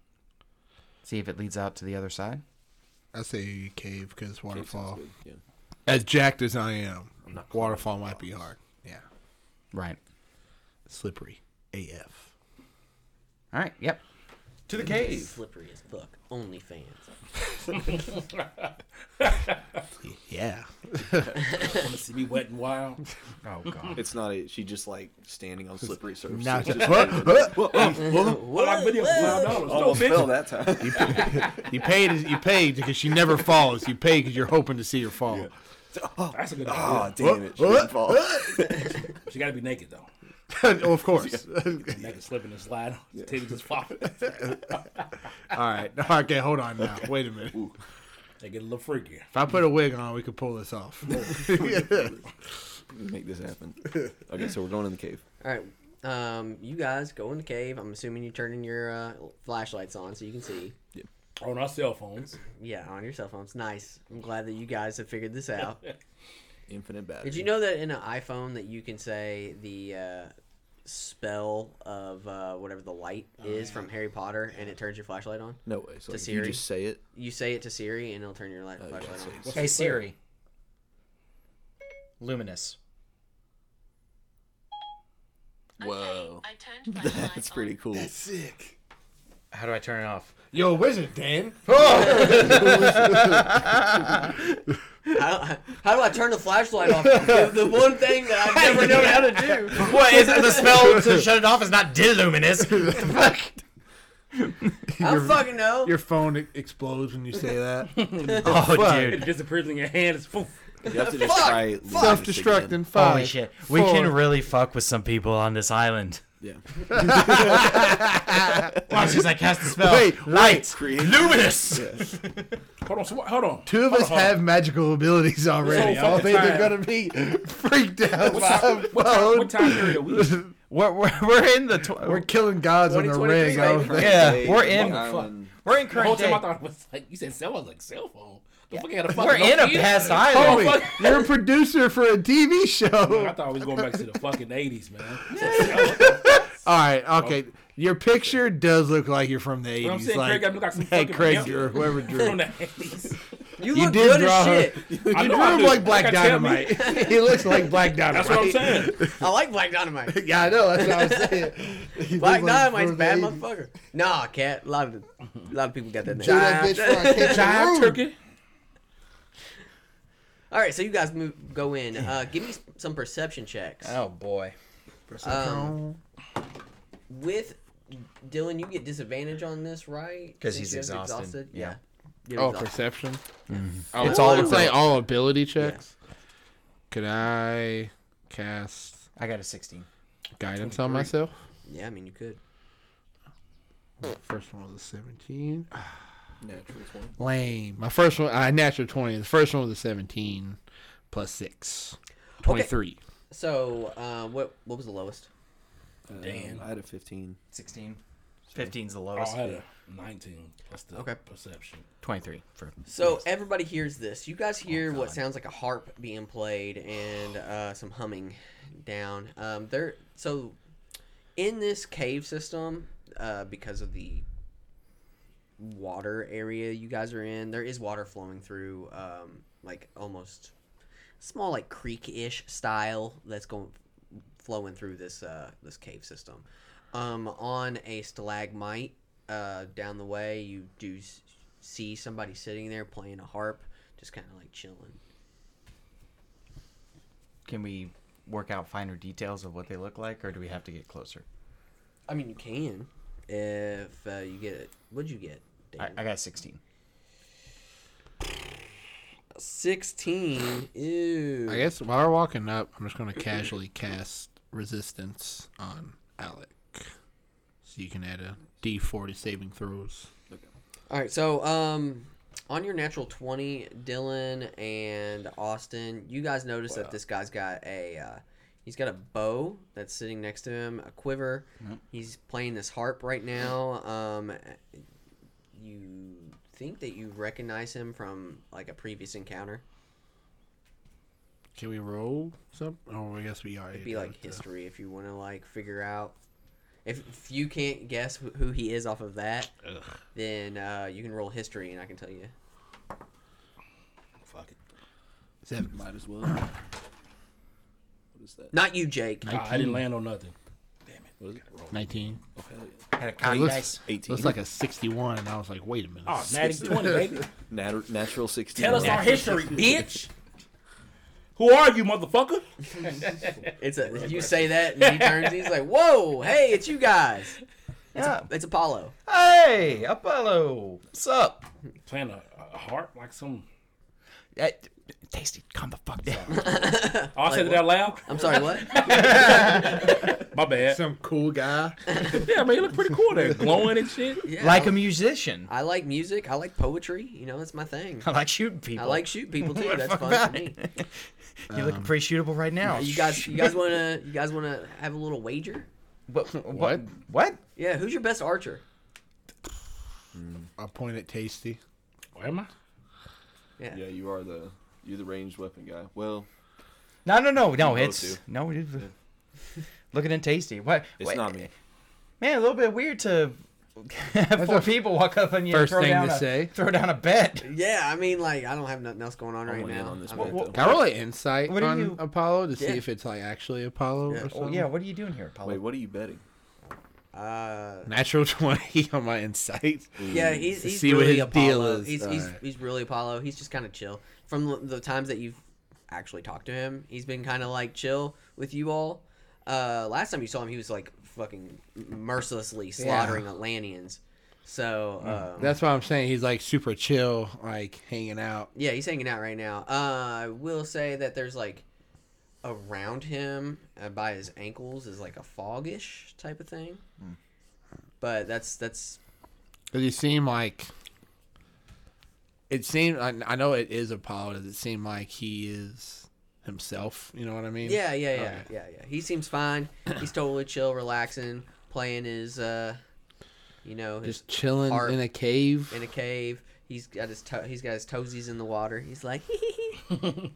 Speaker 5: see if it leads out to the other side.
Speaker 2: I say cave because
Speaker 4: Cave sounds
Speaker 2: waterfall.
Speaker 4: good, Yeah.
Speaker 2: As jacked as I am, waterfall might be hard. Yeah.
Speaker 5: Right.
Speaker 2: Slippery. AF.
Speaker 5: All right. Yep. To the cave.
Speaker 3: Slippery as fuck. Only fans.
Speaker 2: Yeah.
Speaker 6: Want to see me wet and wild?
Speaker 5: Oh god.
Speaker 4: It's not a. She just like standing on slippery surface.
Speaker 2: Now
Speaker 4: Just-
Speaker 6: Well, I video for five dollars. No
Speaker 4: almost fell
Speaker 6: bitch.
Speaker 4: that time.
Speaker 2: you paid. You paid because she never falls. You paid because you're hoping to see her fall.
Speaker 6: That's a good
Speaker 4: oh
Speaker 6: idea.
Speaker 4: damn it! She didn't fall.
Speaker 6: She got to be naked though.
Speaker 2: oh, of course.
Speaker 6: Naked slipping and sliding. Titties just flopping.
Speaker 2: All right. Okay. Hold on now. Wait a minute. If
Speaker 6: They get a little freaky.
Speaker 2: I put a wig on, we could pull this off.
Speaker 4: make this happen. Okay, so we're going in the cave.
Speaker 3: All right. Um, you guys go in the cave. I'm assuming you're turning your uh, flashlights on so you can see.
Speaker 6: on our cell phones.
Speaker 3: Yeah, on your cell phones. Nice. I'm glad that you guys have figured this out.
Speaker 4: Infinite battery.
Speaker 3: Did you know that in an iPhone that you can say the uh, spell of uh, whatever the light
Speaker 2: Oh,
Speaker 3: is from Harry Potter and it turns your flashlight on?
Speaker 4: No way. So
Speaker 3: To
Speaker 4: like, if you
Speaker 3: Siri?
Speaker 4: just say it.
Speaker 3: You say it to Siri and it'll turn your light,
Speaker 4: Oh, yeah,
Speaker 3: flashlight
Speaker 4: so
Speaker 3: on.
Speaker 4: it's-
Speaker 6: What's
Speaker 5: Hey
Speaker 6: the spell?
Speaker 5: Siri. Luminous.
Speaker 4: Whoa.
Speaker 7: I turned my
Speaker 4: That's
Speaker 7: light on.
Speaker 4: pretty cool.
Speaker 2: Sick.
Speaker 5: How do I turn it off?
Speaker 2: Yo, wizard, Dan.
Speaker 3: How, how do I turn the flashlight off? the, the one thing that I've never known how to do.
Speaker 5: What is it? The spell to shut it off is not diluminous. What the fuck?
Speaker 3: I don't fucking know.
Speaker 2: Your phone e- explodes when you say that.
Speaker 5: Oh, dude.
Speaker 6: It disappears in your hand. It's poof.
Speaker 4: You have to just
Speaker 3: Fuck!
Speaker 4: try it.
Speaker 2: Self-destruct in five.
Speaker 5: Holy shit. We can
Speaker 2: four-
Speaker 5: really fuck with some people on this island.
Speaker 4: Yeah.
Speaker 5: Watch as I cast the spell.
Speaker 2: Wait,
Speaker 5: light.
Speaker 4: Create.
Speaker 5: Luminous.
Speaker 6: Hold on. So, what- hold on.
Speaker 2: Two of
Speaker 6: Hold
Speaker 2: us
Speaker 6: on, hold
Speaker 2: have magical abilities already.
Speaker 6: This
Speaker 2: I
Speaker 6: whole
Speaker 2: don't think they're gonna
Speaker 6: Oh. fucking
Speaker 2: be freaked out
Speaker 6: on.
Speaker 2: by a
Speaker 6: What, ti- what, time, what
Speaker 2: phone.
Speaker 6: time period are we?
Speaker 5: We're, we're, we're in the. Tw-
Speaker 2: We're killing gods on the
Speaker 3: 2023,
Speaker 2: rig. I don't
Speaker 3: baby.
Speaker 2: think.
Speaker 5: yeah,
Speaker 4: Hey,
Speaker 5: we're in.
Speaker 4: Long Island.
Speaker 5: We're in
Speaker 6: The whole
Speaker 5: current
Speaker 6: time
Speaker 5: day.
Speaker 6: I thought it was like you said cell phone like cell phone. The fuck I had a fucking
Speaker 5: We're in a
Speaker 6: Nokia?
Speaker 5: past
Speaker 2: Holy,
Speaker 5: island.
Speaker 2: you're a producer for a TV
Speaker 6: I
Speaker 2: show.
Speaker 6: thought we was going back to the fucking eighties, man.
Speaker 2: All right, okay. Your picture does look like you're from the
Speaker 6: You know what
Speaker 2: 80s.
Speaker 6: I'm saying, Craig, I
Speaker 2: Like,
Speaker 6: look like some
Speaker 2: hey,
Speaker 6: fucking
Speaker 2: Craig,
Speaker 6: pimp
Speaker 2: or whoever
Speaker 6: from
Speaker 2: drew.
Speaker 6: the eighties.
Speaker 3: You
Speaker 2: You
Speaker 3: look
Speaker 2: did
Speaker 3: good
Speaker 2: draw
Speaker 3: as
Speaker 2: her.
Speaker 3: shit.
Speaker 2: You
Speaker 6: I
Speaker 2: drew
Speaker 6: know I
Speaker 2: him
Speaker 6: do.
Speaker 2: like Black
Speaker 6: You gotta tell me.
Speaker 2: Dynamite. he looks like Black Dynamite.
Speaker 6: That's what I'm saying.
Speaker 3: I like Black Dynamite.
Speaker 2: Yeah, I know. That's what I'm saying. He
Speaker 3: Black
Speaker 2: looks like
Speaker 3: Dynamite's a
Speaker 2: from
Speaker 3: bad
Speaker 2: the 80s.
Speaker 3: motherfucker. Nah, cat. A lot of a lot of people got that name.
Speaker 2: Drew that bitch from a kitchen
Speaker 6: Jive
Speaker 2: room.
Speaker 6: turkey.
Speaker 3: All right, so you guys move go in. Uh, give me s- some perception checks.
Speaker 2: Uh,
Speaker 5: Oh boy.
Speaker 3: Um, with Dylan, you get disadvantage on this, right?
Speaker 5: 'Cause
Speaker 3: Since
Speaker 5: he's
Speaker 3: you have
Speaker 5: exhausted, yeah.
Speaker 3: You're
Speaker 2: Oh,
Speaker 3: exhausted.
Speaker 2: perception.
Speaker 5: Mm-hmm.
Speaker 2: Oh,
Speaker 5: It's all
Speaker 2: it's
Speaker 5: ability.
Speaker 2: like all ability checks. Could I cast
Speaker 5: I got a 16.
Speaker 2: guidance on myself?
Speaker 3: Yeah, I mean you could.
Speaker 2: First one was a seventeen.
Speaker 4: Natural twenty.
Speaker 2: Lame. My first one, I natural twenty. The first one was a seventeen plus six. Twenty-three.
Speaker 3: So, uh, what what was the lowest?
Speaker 6: Damn.
Speaker 4: Um, I had a 15.
Speaker 5: 16. 15's the
Speaker 6: Oh, I
Speaker 5: lowest.
Speaker 6: had a nineteen. That's the
Speaker 3: Okay.
Speaker 6: perception.
Speaker 5: 23 for
Speaker 3: So everybody hears this. You guys hear what sounds like a harp being played and uh, some humming down. Um, there. So in this cave system, uh, because of the water area you guys are in, there is water flowing through, um, like almost small, like creek-ish style that's going flowing through this uh, this cave system. Um, on a stalagmite uh, down the way, you do s- see somebody sitting there playing a harp, just kind of like chilling.
Speaker 5: Can we work out finer details of what they look like, or do we have to get closer?
Speaker 3: I mean, you can if uh, you get it. What'd you get?
Speaker 5: I,
Speaker 3: Dan?
Speaker 5: I got 16.
Speaker 3: Sixteen. Ew.
Speaker 2: I guess while we're walking up, I'm just gonna casually cast resistance on Alec, so you can add a D4 to saving throws.
Speaker 3: All right, so um, on your natural twenty, Dylan and Austin, you guys notice that this guy's got a uh, he's got a bow that's sitting next to him, a quiver. He's playing this harp right now. Um, you think that you recognize him from like a previous encounter?
Speaker 2: Can we roll something? Oh, I guess we already.
Speaker 3: It'd be
Speaker 2: did
Speaker 3: like
Speaker 2: with the-
Speaker 3: history if you want to like figure out. If, if you can't guess wh- who he is off of that, then uh, you can roll history, and I can tell you.
Speaker 6: Fuck it.
Speaker 2: Seven.
Speaker 4: Might as well. What is that?
Speaker 3: Not you, Jake.
Speaker 6: Nah, Ah, I didn't land on nothing.
Speaker 4: What is it?
Speaker 2: 19.
Speaker 4: Oh, hell yeah.
Speaker 5: I had a
Speaker 3: Ah,
Speaker 5: cocky
Speaker 2: looks-
Speaker 5: dice.
Speaker 4: 18.
Speaker 2: Looks like a 61, and I was like, wait a minute.
Speaker 6: Oh, natty twenty, baby.
Speaker 4: Nat- natural 16.
Speaker 6: Tell us our history, bitch. Who are you, motherfucker?
Speaker 3: It's a you say that, and he turns. He's like, "Whoa, hey, it's you guys.
Speaker 5: Yeah.
Speaker 3: It's Apollo."
Speaker 5: Hey, Apollo. What's up?
Speaker 6: Playing a, a harp like some
Speaker 5: Uh, tasty, calm the fuck down.
Speaker 6: Oh, I said it out loud.
Speaker 3: I'm sorry, what?
Speaker 6: My bad.
Speaker 2: Some cool guy.
Speaker 6: yeah, man, you look pretty cool there, glowing and shit.
Speaker 3: Yeah,
Speaker 5: like a musician.
Speaker 3: I like music. I like poetry. You know, that's my thing.
Speaker 5: I like shooting people.
Speaker 3: I like shooting people too. That's
Speaker 5: fuck
Speaker 3: fun for
Speaker 5: about
Speaker 3: me.
Speaker 5: you looking
Speaker 4: Um,
Speaker 5: pretty shootable right now.
Speaker 3: You guys, you guys wanna, you guys wanna have a little wager?
Speaker 5: what? What? what?
Speaker 3: Yeah, who's your best archer?
Speaker 2: I point at Tasty.
Speaker 6: Where Oh, am I?
Speaker 3: Uh-huh. Yeah.
Speaker 4: Yeah, you are the you're the ranged weapon guy. Well,
Speaker 5: No, no, no, no.
Speaker 4: both
Speaker 5: It's
Speaker 4: do.
Speaker 5: no. It is, looking and tasty. What?
Speaker 4: it's
Speaker 5: wait,
Speaker 4: not me.
Speaker 5: Man, a little bit weird to have four people walk up on you and
Speaker 2: first
Speaker 5: throw
Speaker 2: thing
Speaker 5: down
Speaker 2: to
Speaker 5: a,
Speaker 2: say.
Speaker 5: throw down a bet.
Speaker 3: Yeah, I mean, like, I don't have nothing else going on
Speaker 4: I
Speaker 3: right
Speaker 4: want in
Speaker 3: now.
Speaker 4: on this
Speaker 3: I
Speaker 4: one.
Speaker 3: mean,
Speaker 4: though.
Speaker 2: Can I roll an insight
Speaker 5: What do
Speaker 2: on
Speaker 5: you-
Speaker 2: Apollo to see
Speaker 3: Yeah.
Speaker 2: if it's like actually Apollo
Speaker 3: Yeah.
Speaker 2: or
Speaker 5: Oh,
Speaker 2: something?
Speaker 5: yeah, what are you doing here, Apollo?
Speaker 4: Wait, what are you betting?
Speaker 3: uh,
Speaker 2: Natural twenty on my insight.
Speaker 3: yeah, he's
Speaker 2: Mm, To
Speaker 3: he's
Speaker 2: see what
Speaker 3: really
Speaker 2: his
Speaker 3: Apollo.
Speaker 2: deal is.
Speaker 3: He's he's,
Speaker 2: Alright.
Speaker 3: he's really Apollo. He's just kind of chill. From the, the times that you've actually talked to him, he's been kind of like chill with you all. Uh, last time you saw him, he was like fucking mercilessly slaughtering Atlanteans. So um,
Speaker 2: Mm, That's why I'm saying he's like super chill, like hanging out.
Speaker 3: Yeah, he's hanging out right now. Uh, I will say that there's like around him uh, by his ankles is like a foggish type of thing.
Speaker 2: Mm.
Speaker 3: But that's that's
Speaker 2: Does he seem like? It seemed. I, I know it is Apollo. Does it seem like he is himself? You know what I mean?
Speaker 3: yeah, yeah, yeah,
Speaker 2: Okay.
Speaker 3: yeah, yeah. He seems fine. He's totally chill, relaxing, playing his uh, you know, his,
Speaker 2: Just chilling
Speaker 3: Art.
Speaker 2: in a cave.
Speaker 3: in a cave. He's got his to- he's got his toesies in the water. He's like,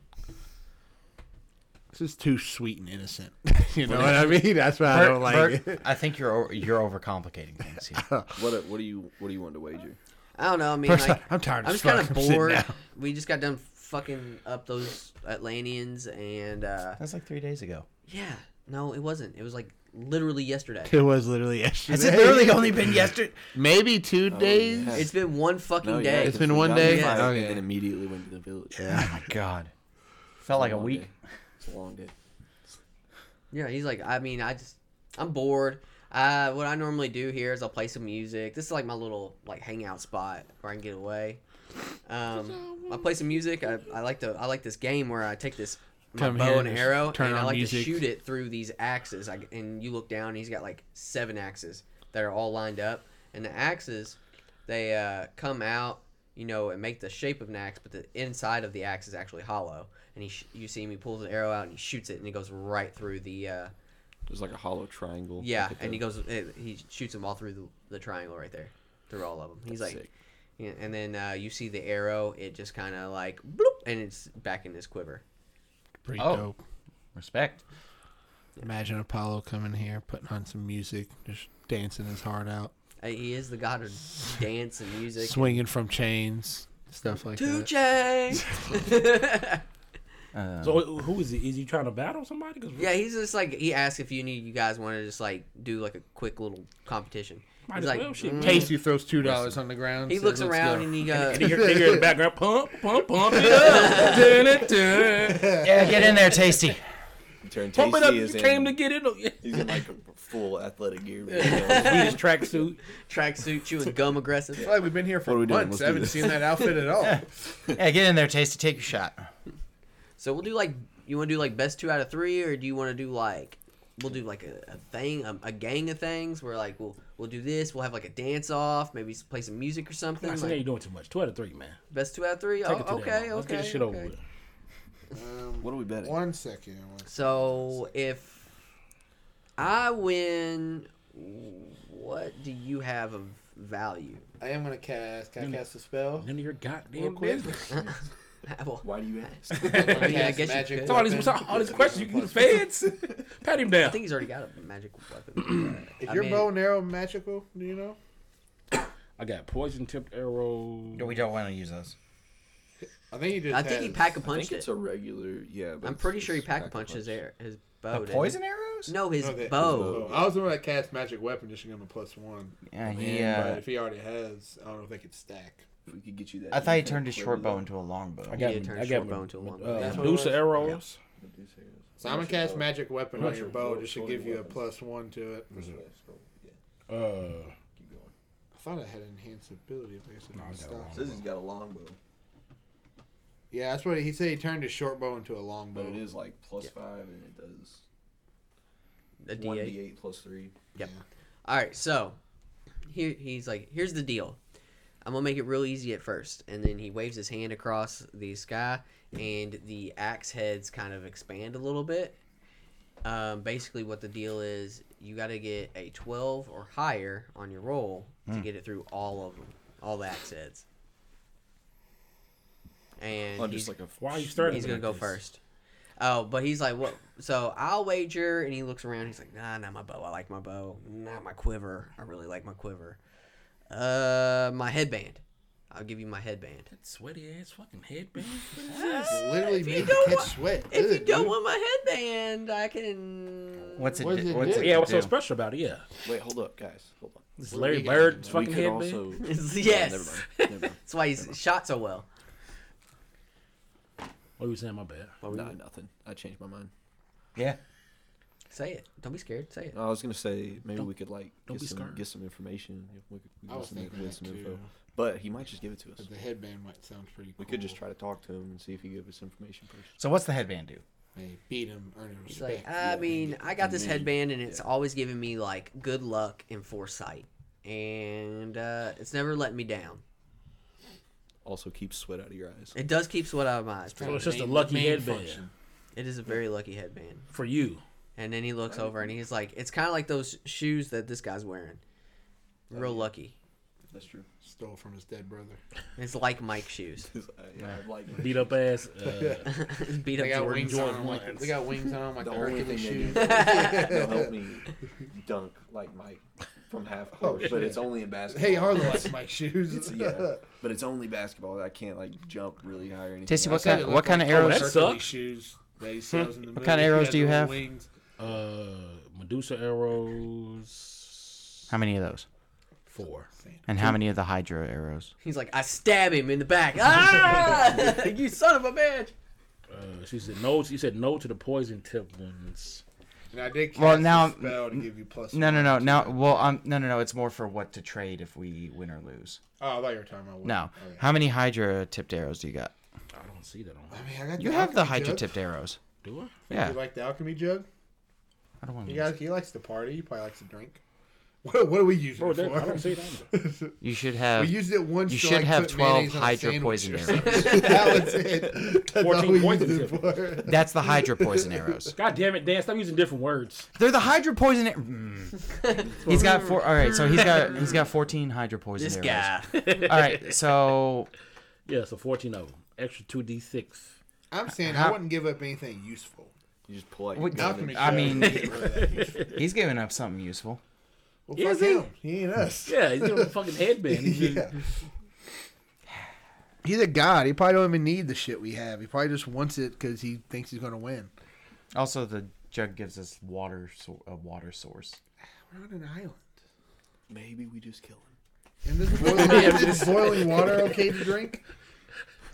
Speaker 2: this is too sweet and innocent. you know what I mean? That's why I
Speaker 5: Bert-
Speaker 2: don't like
Speaker 5: Bert,
Speaker 2: it.
Speaker 5: I think you're o- you're overcomplicating things here.
Speaker 4: What uh, what do you what do you want to wager?
Speaker 3: I don't know. I mean,
Speaker 2: First,
Speaker 3: like,
Speaker 2: I'm tired
Speaker 3: I'm
Speaker 2: as
Speaker 3: just kind of
Speaker 2: fuck. I'm sitting
Speaker 3: bored.
Speaker 2: down.
Speaker 3: We just got done fucking up those Atlanteans, and uh,
Speaker 5: That's like three days ago.
Speaker 3: Yeah. No, it wasn't. It was like literally yesterday.
Speaker 2: It was literally yesterday.
Speaker 5: Has it literally only been yesterday?
Speaker 2: Maybe two days.
Speaker 4: yeah.
Speaker 3: It's been one fucking
Speaker 4: No, yeah,
Speaker 3: day.
Speaker 2: It's
Speaker 4: 'cause
Speaker 2: been
Speaker 4: we
Speaker 2: one
Speaker 4: got
Speaker 2: day?
Speaker 4: in the fight
Speaker 2: Yeah.
Speaker 4: and then immediately went to the village.
Speaker 5: Oh my god, felt like a
Speaker 4: Long
Speaker 5: week.
Speaker 4: day. It's a long day.
Speaker 3: yeah, he's like, I mean, I just, I'm bored. Uh, what I normally do here is I'll play some music. This is like my little like hangout spot where I can get away. Um, I play some music. I, I like to I like this game where I take this my
Speaker 2: Come here
Speaker 3: bow and
Speaker 2: and
Speaker 3: arrow
Speaker 2: turn
Speaker 3: and I
Speaker 2: on
Speaker 3: like to
Speaker 2: music.
Speaker 3: shoot it through these axes. I, and you look down, and he's got like seven axes that are all lined up, and the axes they uh, come out, you know, and make the shape of an axe, but the inside of the axe is actually hollow. And he, sh- you see him, he pulls an arrow out and he shoots it, and it goes right through the. Uh,
Speaker 4: There's like a hollow triangle.
Speaker 3: yeah,
Speaker 4: like at
Speaker 3: and he
Speaker 4: the-
Speaker 3: goes. It, he shoots them all through the, the triangle right there, through all of them. He's
Speaker 4: That's
Speaker 3: like,
Speaker 4: sick.
Speaker 3: yeah, and then uh, you see the arrow. It just kind of like bloop, and it's back in his quiver.
Speaker 2: Pretty
Speaker 5: Oh.
Speaker 2: dope.
Speaker 5: Respect.
Speaker 2: Imagine Apollo coming here, putting on some music, just dancing his heart out,
Speaker 3: Uh, He is the god of dance and music.
Speaker 2: swinging from chains, stuff like
Speaker 3: Two
Speaker 2: that.
Speaker 3: chains.
Speaker 5: Uh,
Speaker 6: So who is he? Is he trying to battle somebody? 'Cause
Speaker 3: yeah, he's just like he asked if you need you guys want to just like do like a quick little competition.
Speaker 6: Might
Speaker 3: He's
Speaker 6: as
Speaker 3: like,
Speaker 6: well, shit.
Speaker 3: mm.
Speaker 2: Tasty throws two dollars on the ground.
Speaker 3: he
Speaker 2: says,
Speaker 3: looks
Speaker 2: "Let's
Speaker 3: around
Speaker 2: go."
Speaker 3: and he uh, goes,
Speaker 6: And you hear, they hear in the background, pump, pump, pump it up. Dun, dun, dun.
Speaker 5: yeah, get in there, tasty.
Speaker 4: Turn
Speaker 6: Pump it up.
Speaker 4: Tasty
Speaker 6: You
Speaker 4: is in-
Speaker 6: came to get it.
Speaker 4: He's in like a full athletic gear. man.
Speaker 6: He just tracksuit.
Speaker 3: tracksuit, chewing gum aggressive.
Speaker 2: Well, we've been here for
Speaker 4: What are we doing?
Speaker 2: months.
Speaker 4: Let's
Speaker 2: I
Speaker 4: do
Speaker 2: haven't
Speaker 4: this.
Speaker 2: seen that outfit at all.
Speaker 5: Yeah, get in there, tasty. Take your shot.
Speaker 3: So we'll do like you want to do like best two out of three, or do you want to do like we'll do like a, a thing, a, a gang of things where like we'll we'll do this, we'll have like a dance off, maybe s- play some music or something.
Speaker 6: I said,
Speaker 3: like,
Speaker 6: "Hey, you're doing too much. Two out of three, man.
Speaker 3: best two out of three.
Speaker 6: Take
Speaker 3: Oh,
Speaker 6: it to that.
Speaker 3: okay, okay.
Speaker 6: Let's get this shit
Speaker 3: okay.
Speaker 6: over with.
Speaker 4: what are we betting?
Speaker 2: One second.
Speaker 3: So if I win, what do you have of value?
Speaker 2: I am gonna cast. Can I cast a spell?
Speaker 6: None of your goddamn business.
Speaker 3: Well,
Speaker 4: Why do you ask?
Speaker 3: I, mean, I guess you could.
Speaker 6: So all these, so all these questions, you can get the feds. Pat him
Speaker 3: I
Speaker 6: down.
Speaker 3: think he's already got a magic weapon. but,
Speaker 2: Is
Speaker 3: I
Speaker 2: your
Speaker 3: mean,
Speaker 2: bow and arrow magical? Do you know?
Speaker 6: I got poison tipped arrow.
Speaker 5: We don't want to use those.
Speaker 2: I think you just.
Speaker 3: I think he pack a
Speaker 4: I think
Speaker 3: punched it.
Speaker 4: it's a regular. Yeah, but
Speaker 3: I'm
Speaker 4: it's-
Speaker 3: pretty sure he
Speaker 4: it's
Speaker 3: pack a
Speaker 4: pack-a-punch.
Speaker 3: punched his air, his bow.
Speaker 2: Oh,
Speaker 5: The
Speaker 3: didn't he?
Speaker 5: poison arrows?
Speaker 3: No, his
Speaker 2: No, that-
Speaker 3: bow.
Speaker 2: I was the one that cast magic weapon just to give him a plus one.
Speaker 5: Yeah,
Speaker 2: And,
Speaker 5: he.
Speaker 2: But
Speaker 5: Uh,
Speaker 2: if he already has, I don't know if they could stack.
Speaker 4: If we could get you that.
Speaker 5: I thought he
Speaker 4: defense
Speaker 5: turned his short
Speaker 4: quiver,
Speaker 5: bow into a long bow.
Speaker 6: I got,
Speaker 3: Yeah, turn
Speaker 6: I
Speaker 3: short
Speaker 6: got
Speaker 3: bone to a long
Speaker 6: uh,
Speaker 3: bone.
Speaker 6: Medusa arrows.
Speaker 4: though. Two seconds.
Speaker 2: So I'm gonna cast magic weapon on
Speaker 6: What's
Speaker 2: your
Speaker 6: your-
Speaker 2: bow
Speaker 4: what's
Speaker 2: just to
Speaker 4: your
Speaker 2: give you a
Speaker 4: weapons?
Speaker 2: plus one to it.
Speaker 4: Yeah,
Speaker 6: Uh,
Speaker 4: keep going.
Speaker 2: I thought I had enhanced ability. but I guess I didn't
Speaker 6: I got
Speaker 2: stop.
Speaker 4: Says he's got a long bow.
Speaker 2: Yeah, that's what he said. He turned his short bow into a long bow.
Speaker 4: But it is like plus five, and it does
Speaker 3: A
Speaker 4: one
Speaker 3: D8.
Speaker 4: d8 plus three.
Speaker 3: Yep. All right, so here he's like, here's the deal. I'm gonna make it real easy at first, and then he waves his hand across the sky, and the axe heads kind of expand a little bit. Um, basically, what the deal is, you got to get a 12 or higher on your roll to get it through all of them, all the axe heads. And
Speaker 4: I'm
Speaker 3: he's-
Speaker 4: just like a
Speaker 6: Why are you starting?
Speaker 3: He's gonna
Speaker 6: like
Speaker 3: go
Speaker 6: this?
Speaker 3: first. Oh, but he's like, what? So I'll wager, and he looks around. He's like, nah, not my bow. I like my bow. Not my quiver. I really like my quiver. Uh, my headband. I'll give you my headband.
Speaker 6: That sweaty ass fucking headband.
Speaker 2: Literally
Speaker 3: you
Speaker 2: made the
Speaker 3: don't
Speaker 2: kid
Speaker 3: want-
Speaker 2: sweat.
Speaker 3: If you
Speaker 2: Ugh,
Speaker 3: don't
Speaker 2: dude.
Speaker 3: want my headband, I can.
Speaker 5: What's it?
Speaker 2: What
Speaker 5: do-
Speaker 2: does it
Speaker 5: what's
Speaker 2: do?
Speaker 5: it
Speaker 6: Yeah, what's so
Speaker 5: do?
Speaker 6: special about it? Yeah,
Speaker 4: wait. Hold up, guys. Hold on.
Speaker 6: this
Speaker 2: Well,
Speaker 6: Larry
Speaker 2: we got-
Speaker 6: Bird's
Speaker 4: We
Speaker 6: fucking
Speaker 4: could
Speaker 6: headband.
Speaker 4: also.
Speaker 3: yes.
Speaker 4: Never mind. Never mind.
Speaker 3: That's why he's shot so well.
Speaker 6: What were you saying? My bad.
Speaker 3: What were you
Speaker 4: Nah,
Speaker 3: gonna-
Speaker 4: nothing. I changed my mind.
Speaker 5: Yeah.
Speaker 3: Say it. Don't be scared. Say it.
Speaker 4: I was gonna say maybe we could like
Speaker 6: don't
Speaker 4: get
Speaker 6: be
Speaker 4: some,
Speaker 6: scared.
Speaker 4: get some information. If we could we
Speaker 2: I
Speaker 4: got
Speaker 2: was
Speaker 4: some,
Speaker 2: thinking
Speaker 4: get
Speaker 2: that
Speaker 4: some
Speaker 2: too.
Speaker 4: info. But he might just give it to us.
Speaker 2: But The headband might sound pretty.
Speaker 4: We
Speaker 2: cool.
Speaker 4: could just try to talk to him and see if he give us information first.
Speaker 5: So what's the headband do?
Speaker 2: They beat him, earn him
Speaker 3: He's
Speaker 2: respect.
Speaker 3: like, I mean, I got this
Speaker 2: And then-
Speaker 3: headband, and it's always giving me like good luck and foresight, and uh, it's never letting me down.
Speaker 4: Also, keep sweat out of your eyes.
Speaker 3: It does keep sweat out of my eyes.
Speaker 6: So it's
Speaker 2: the
Speaker 6: just a
Speaker 2: main-
Speaker 6: lucky
Speaker 2: main
Speaker 6: headband
Speaker 2: function.
Speaker 3: It is a very lucky headband.
Speaker 6: for you.
Speaker 3: And then he looks over and he's like, it's kind of like those shoes that this guy's wearing. Real lucky.
Speaker 4: That's true.
Speaker 2: Stole from his dead brother.
Speaker 3: It's like Mike's shoes.
Speaker 4: yeah, I'd like
Speaker 6: Beat up ass. Uh,
Speaker 3: Beat up
Speaker 2: They got
Speaker 3: Jordan.
Speaker 2: wings on
Speaker 6: Jordan
Speaker 2: him. Like,
Speaker 6: ones.
Speaker 2: they got wings on him like
Speaker 4: the
Speaker 2: the
Speaker 4: only thing
Speaker 2: Hercules shoes.
Speaker 4: they do they'll help me dunk like Mike from half court, but it's only in basketball.
Speaker 2: Hey, Harlow likes my shoes.
Speaker 4: It's- yeah, but it's only basketball. I can't like jump really high or anything.
Speaker 5: Tasty,
Speaker 4: I
Speaker 5: what
Speaker 4: said
Speaker 5: kind? What kind of
Speaker 6: Oh,
Speaker 5: arrows?
Speaker 6: that's- sucks.
Speaker 2: shoes that he sells in the
Speaker 5: What kind of arrows do you have?
Speaker 6: uh, Medusa arrows.
Speaker 5: How many of those?
Speaker 6: Four.
Speaker 5: And how many of the Hydra arrows?
Speaker 3: He's like, I stab him in the back. Ah! you son of a bitch.
Speaker 6: Uh, she said no. She said no to the poison tip ones.
Speaker 2: And I did cast
Speaker 5: Well,
Speaker 2: well,
Speaker 5: now-
Speaker 2: now, spell to give you plus.
Speaker 5: No, no,
Speaker 2: one.
Speaker 5: no, no. Well, um, no, no, no. It's more for what to trade if we win or lose.
Speaker 2: Oh, I thought you were talking about. wood.
Speaker 5: No.
Speaker 2: Okay.
Speaker 5: How many Hydra tipped arrows do you got?
Speaker 6: I don't see that on.
Speaker 2: I mean, I got
Speaker 5: You have the
Speaker 2: alchemy
Speaker 5: Hydra
Speaker 2: jug.
Speaker 5: tipped arrows.
Speaker 6: Do I?
Speaker 5: Yeah.
Speaker 2: You like the alchemy jug?
Speaker 5: I don't want
Speaker 2: He
Speaker 5: to.
Speaker 2: guys, he likes to party. He probably likes to drink. What, what do we use
Speaker 6: Bro,
Speaker 2: it
Speaker 6: that,
Speaker 2: for?
Speaker 6: I don't see it on. there.
Speaker 5: You should
Speaker 2: we
Speaker 5: have.
Speaker 2: used it once.
Speaker 5: Uh, You
Speaker 2: to,
Speaker 5: should
Speaker 2: like,
Speaker 5: have
Speaker 2: put
Speaker 5: 12
Speaker 2: mayonnaise on a
Speaker 5: Hydra
Speaker 2: sandwich
Speaker 5: poison
Speaker 2: or
Speaker 5: arrows.
Speaker 2: something. that was it. That's
Speaker 6: 14
Speaker 2: all we
Speaker 6: poison
Speaker 2: used it for.
Speaker 5: That's the Hydra poison arrows.
Speaker 6: God damn it, Dan! Stop using different words.
Speaker 5: They're the Hydra poison. ar- Mm. He's got four. All right, so he's got he's got fourteen Hydra poison
Speaker 3: This
Speaker 5: arrows.
Speaker 3: guy.
Speaker 5: All right, so
Speaker 6: Yeah, so fourteen of them. Extra two d six.
Speaker 2: I'm saying
Speaker 5: How-
Speaker 2: I wouldn't give up anything useful.
Speaker 4: You just pull out your
Speaker 5: What-
Speaker 4: gun
Speaker 2: Alchemy
Speaker 5: I
Speaker 2: jug
Speaker 5: mean-
Speaker 2: would get rid of that useful.
Speaker 5: he's giving up something useful.
Speaker 2: well,
Speaker 6: Is
Speaker 2: fuck
Speaker 6: he?
Speaker 2: him. He ain't us.
Speaker 6: Yeah, he's doing a fucking headband. He's
Speaker 2: yeah. He's a god. He probably don't even need the shit we have. He probably just wants it because he thinks he's gonna win.
Speaker 5: Also, the jug gives us water so- a water source.
Speaker 2: We're on an island.
Speaker 4: and- Maybe we just kill him.
Speaker 2: And this boiling, is this boiling water okay to drink?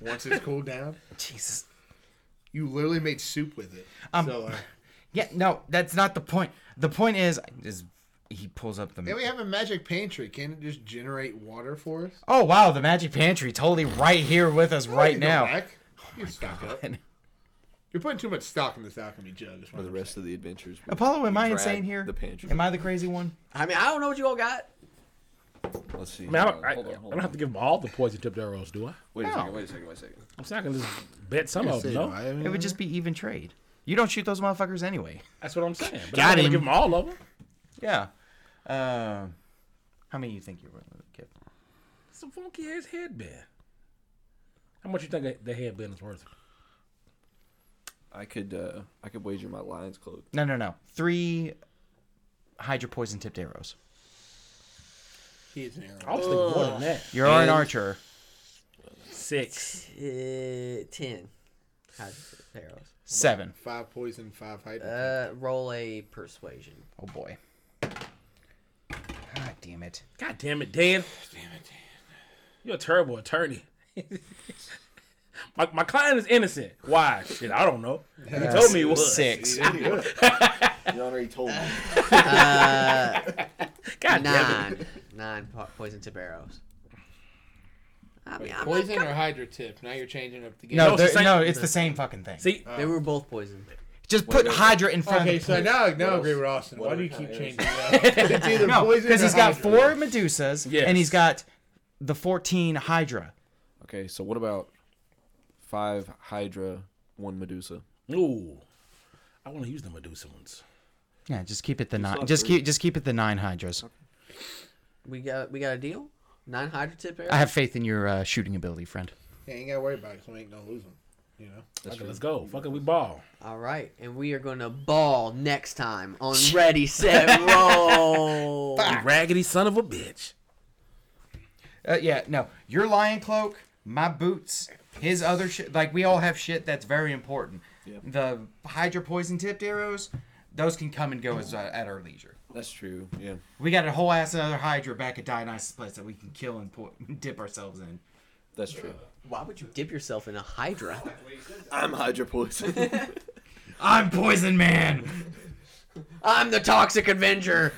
Speaker 2: Once it's cooled down,
Speaker 5: Jesus.
Speaker 2: you literally made soup with it.
Speaker 5: Um,
Speaker 2: so, uh,
Speaker 5: Yeah, no, that's not the point. The point is, is he pulls up the.
Speaker 2: and we have a magic pantry. Can it just generate water for us?
Speaker 5: oh wow, the magic pantry totally right here with us right
Speaker 2: You can go
Speaker 5: now.
Speaker 2: back. You stock up. You're putting too much stock in this alchemy jug. is what
Speaker 4: For the
Speaker 2: I'm
Speaker 4: rest of the adventures. we-
Speaker 5: Apollo, am
Speaker 4: we
Speaker 5: I
Speaker 4: drag
Speaker 5: insane here?
Speaker 4: The pantry.
Speaker 5: Am I the crazy one?
Speaker 3: I mean, I don't know what you all got.
Speaker 4: Let's see.
Speaker 6: I mean, I don't,
Speaker 4: Hold
Speaker 6: I,
Speaker 4: on, hold on,
Speaker 6: I
Speaker 4: hold
Speaker 6: don't have
Speaker 4: on.
Speaker 6: to give him all the poison tipped arrows, do I?
Speaker 4: Wait a
Speaker 5: No.
Speaker 4: second. Wait a second. Wait a second.
Speaker 6: I'm not gonna just bet some of
Speaker 2: saying.
Speaker 6: them. No,
Speaker 2: I mean,
Speaker 5: It would just be even trade. You don't shoot those motherfuckers anyway.
Speaker 6: that's what I'm saying.
Speaker 5: Got
Speaker 6: But I'm not gonna
Speaker 5: him.
Speaker 6: give him all of them.
Speaker 5: Yeah. Um, how many you think you're going to get?
Speaker 6: It's a funky ass headband. How much you think that- that headband is worth?
Speaker 4: I could. Uh, I could wager my lion's cloak.
Speaker 5: No, no, no. Three hydro poison tipped arrows.
Speaker 2: He's an
Speaker 6: I
Speaker 2: arrow.
Speaker 6: was thinking more than that.
Speaker 5: You're an archer.
Speaker 6: Six.
Speaker 3: Uh, ten. How'd you do arrows?
Speaker 5: Seven.
Speaker 2: Five poison, five hydra.
Speaker 3: Uh, roll a persuasion.
Speaker 5: Oh boy. God damn it.
Speaker 6: God damn it, Dan.
Speaker 2: Damn it.
Speaker 6: You're a terrible attorney. my, my client is innocent. Why? Shit, I don't know. He told me he was.
Speaker 5: Six.
Speaker 4: You already told me.
Speaker 3: Uh,
Speaker 6: God damn it.
Speaker 3: Nine. Nine po- poison tip arrows.
Speaker 7: I mean, I'm not
Speaker 8: Poison or Hydra tip? Now you're changing up the game.
Speaker 5: No, no,
Speaker 6: No, it's the same-
Speaker 5: no, it's the same fucking thing.
Speaker 6: See,
Speaker 3: They were both poisoned.
Speaker 5: Just put Hydra in front
Speaker 8: Okay,
Speaker 5: of
Speaker 8: so
Speaker 5: the
Speaker 8: now, now I
Speaker 4: else?
Speaker 8: agree with Austin.
Speaker 4: What
Speaker 8: Why
Speaker 4: other
Speaker 8: do you
Speaker 4: kind
Speaker 8: keep
Speaker 4: of
Speaker 8: changing that up? It's either
Speaker 5: No,
Speaker 8: poison
Speaker 5: because
Speaker 8: or
Speaker 5: he's got
Speaker 8: Hydra.
Speaker 5: four Medusas
Speaker 6: Yes.
Speaker 5: and he's got the 14 Hydra.
Speaker 4: Okay, so what about five Hydra, one Medusa?
Speaker 6: ooh, I want to use the Medusa ones.
Speaker 5: Yeah, just keep it the nine.
Speaker 4: have
Speaker 5: Just
Speaker 4: three.
Speaker 5: keep just keep it the nine Hydras.
Speaker 3: We got we got a deal. Nine hydro tip arrows.
Speaker 5: I have faith in your uh, shooting ability, friend.
Speaker 8: Yeah, ain't gotta worry about it. 'cause we ain't gonna lose them. You know.
Speaker 6: Fuck it, let's go. Fuck it, we ball.
Speaker 3: All right, and we are gonna ball next time on Ready Set Roll.
Speaker 6: You raggedy son of a bitch.
Speaker 5: Uh, yeah, no, your lion cloak, my boots, his other shit. Like we all have shit that's very important. The Hydra poison tipped arrows, those can come and go as, uh, at our leisure.
Speaker 4: That's true. Yeah.
Speaker 5: We got a whole ass another Hydra back at Dionysus' place that we can kill and po- dip ourselves in.
Speaker 4: That's true.
Speaker 3: Why would you dip yourself in a hydra?
Speaker 4: I'm Hydra poison.
Speaker 5: I'm Poison Man.
Speaker 3: I'm the Toxic Avenger.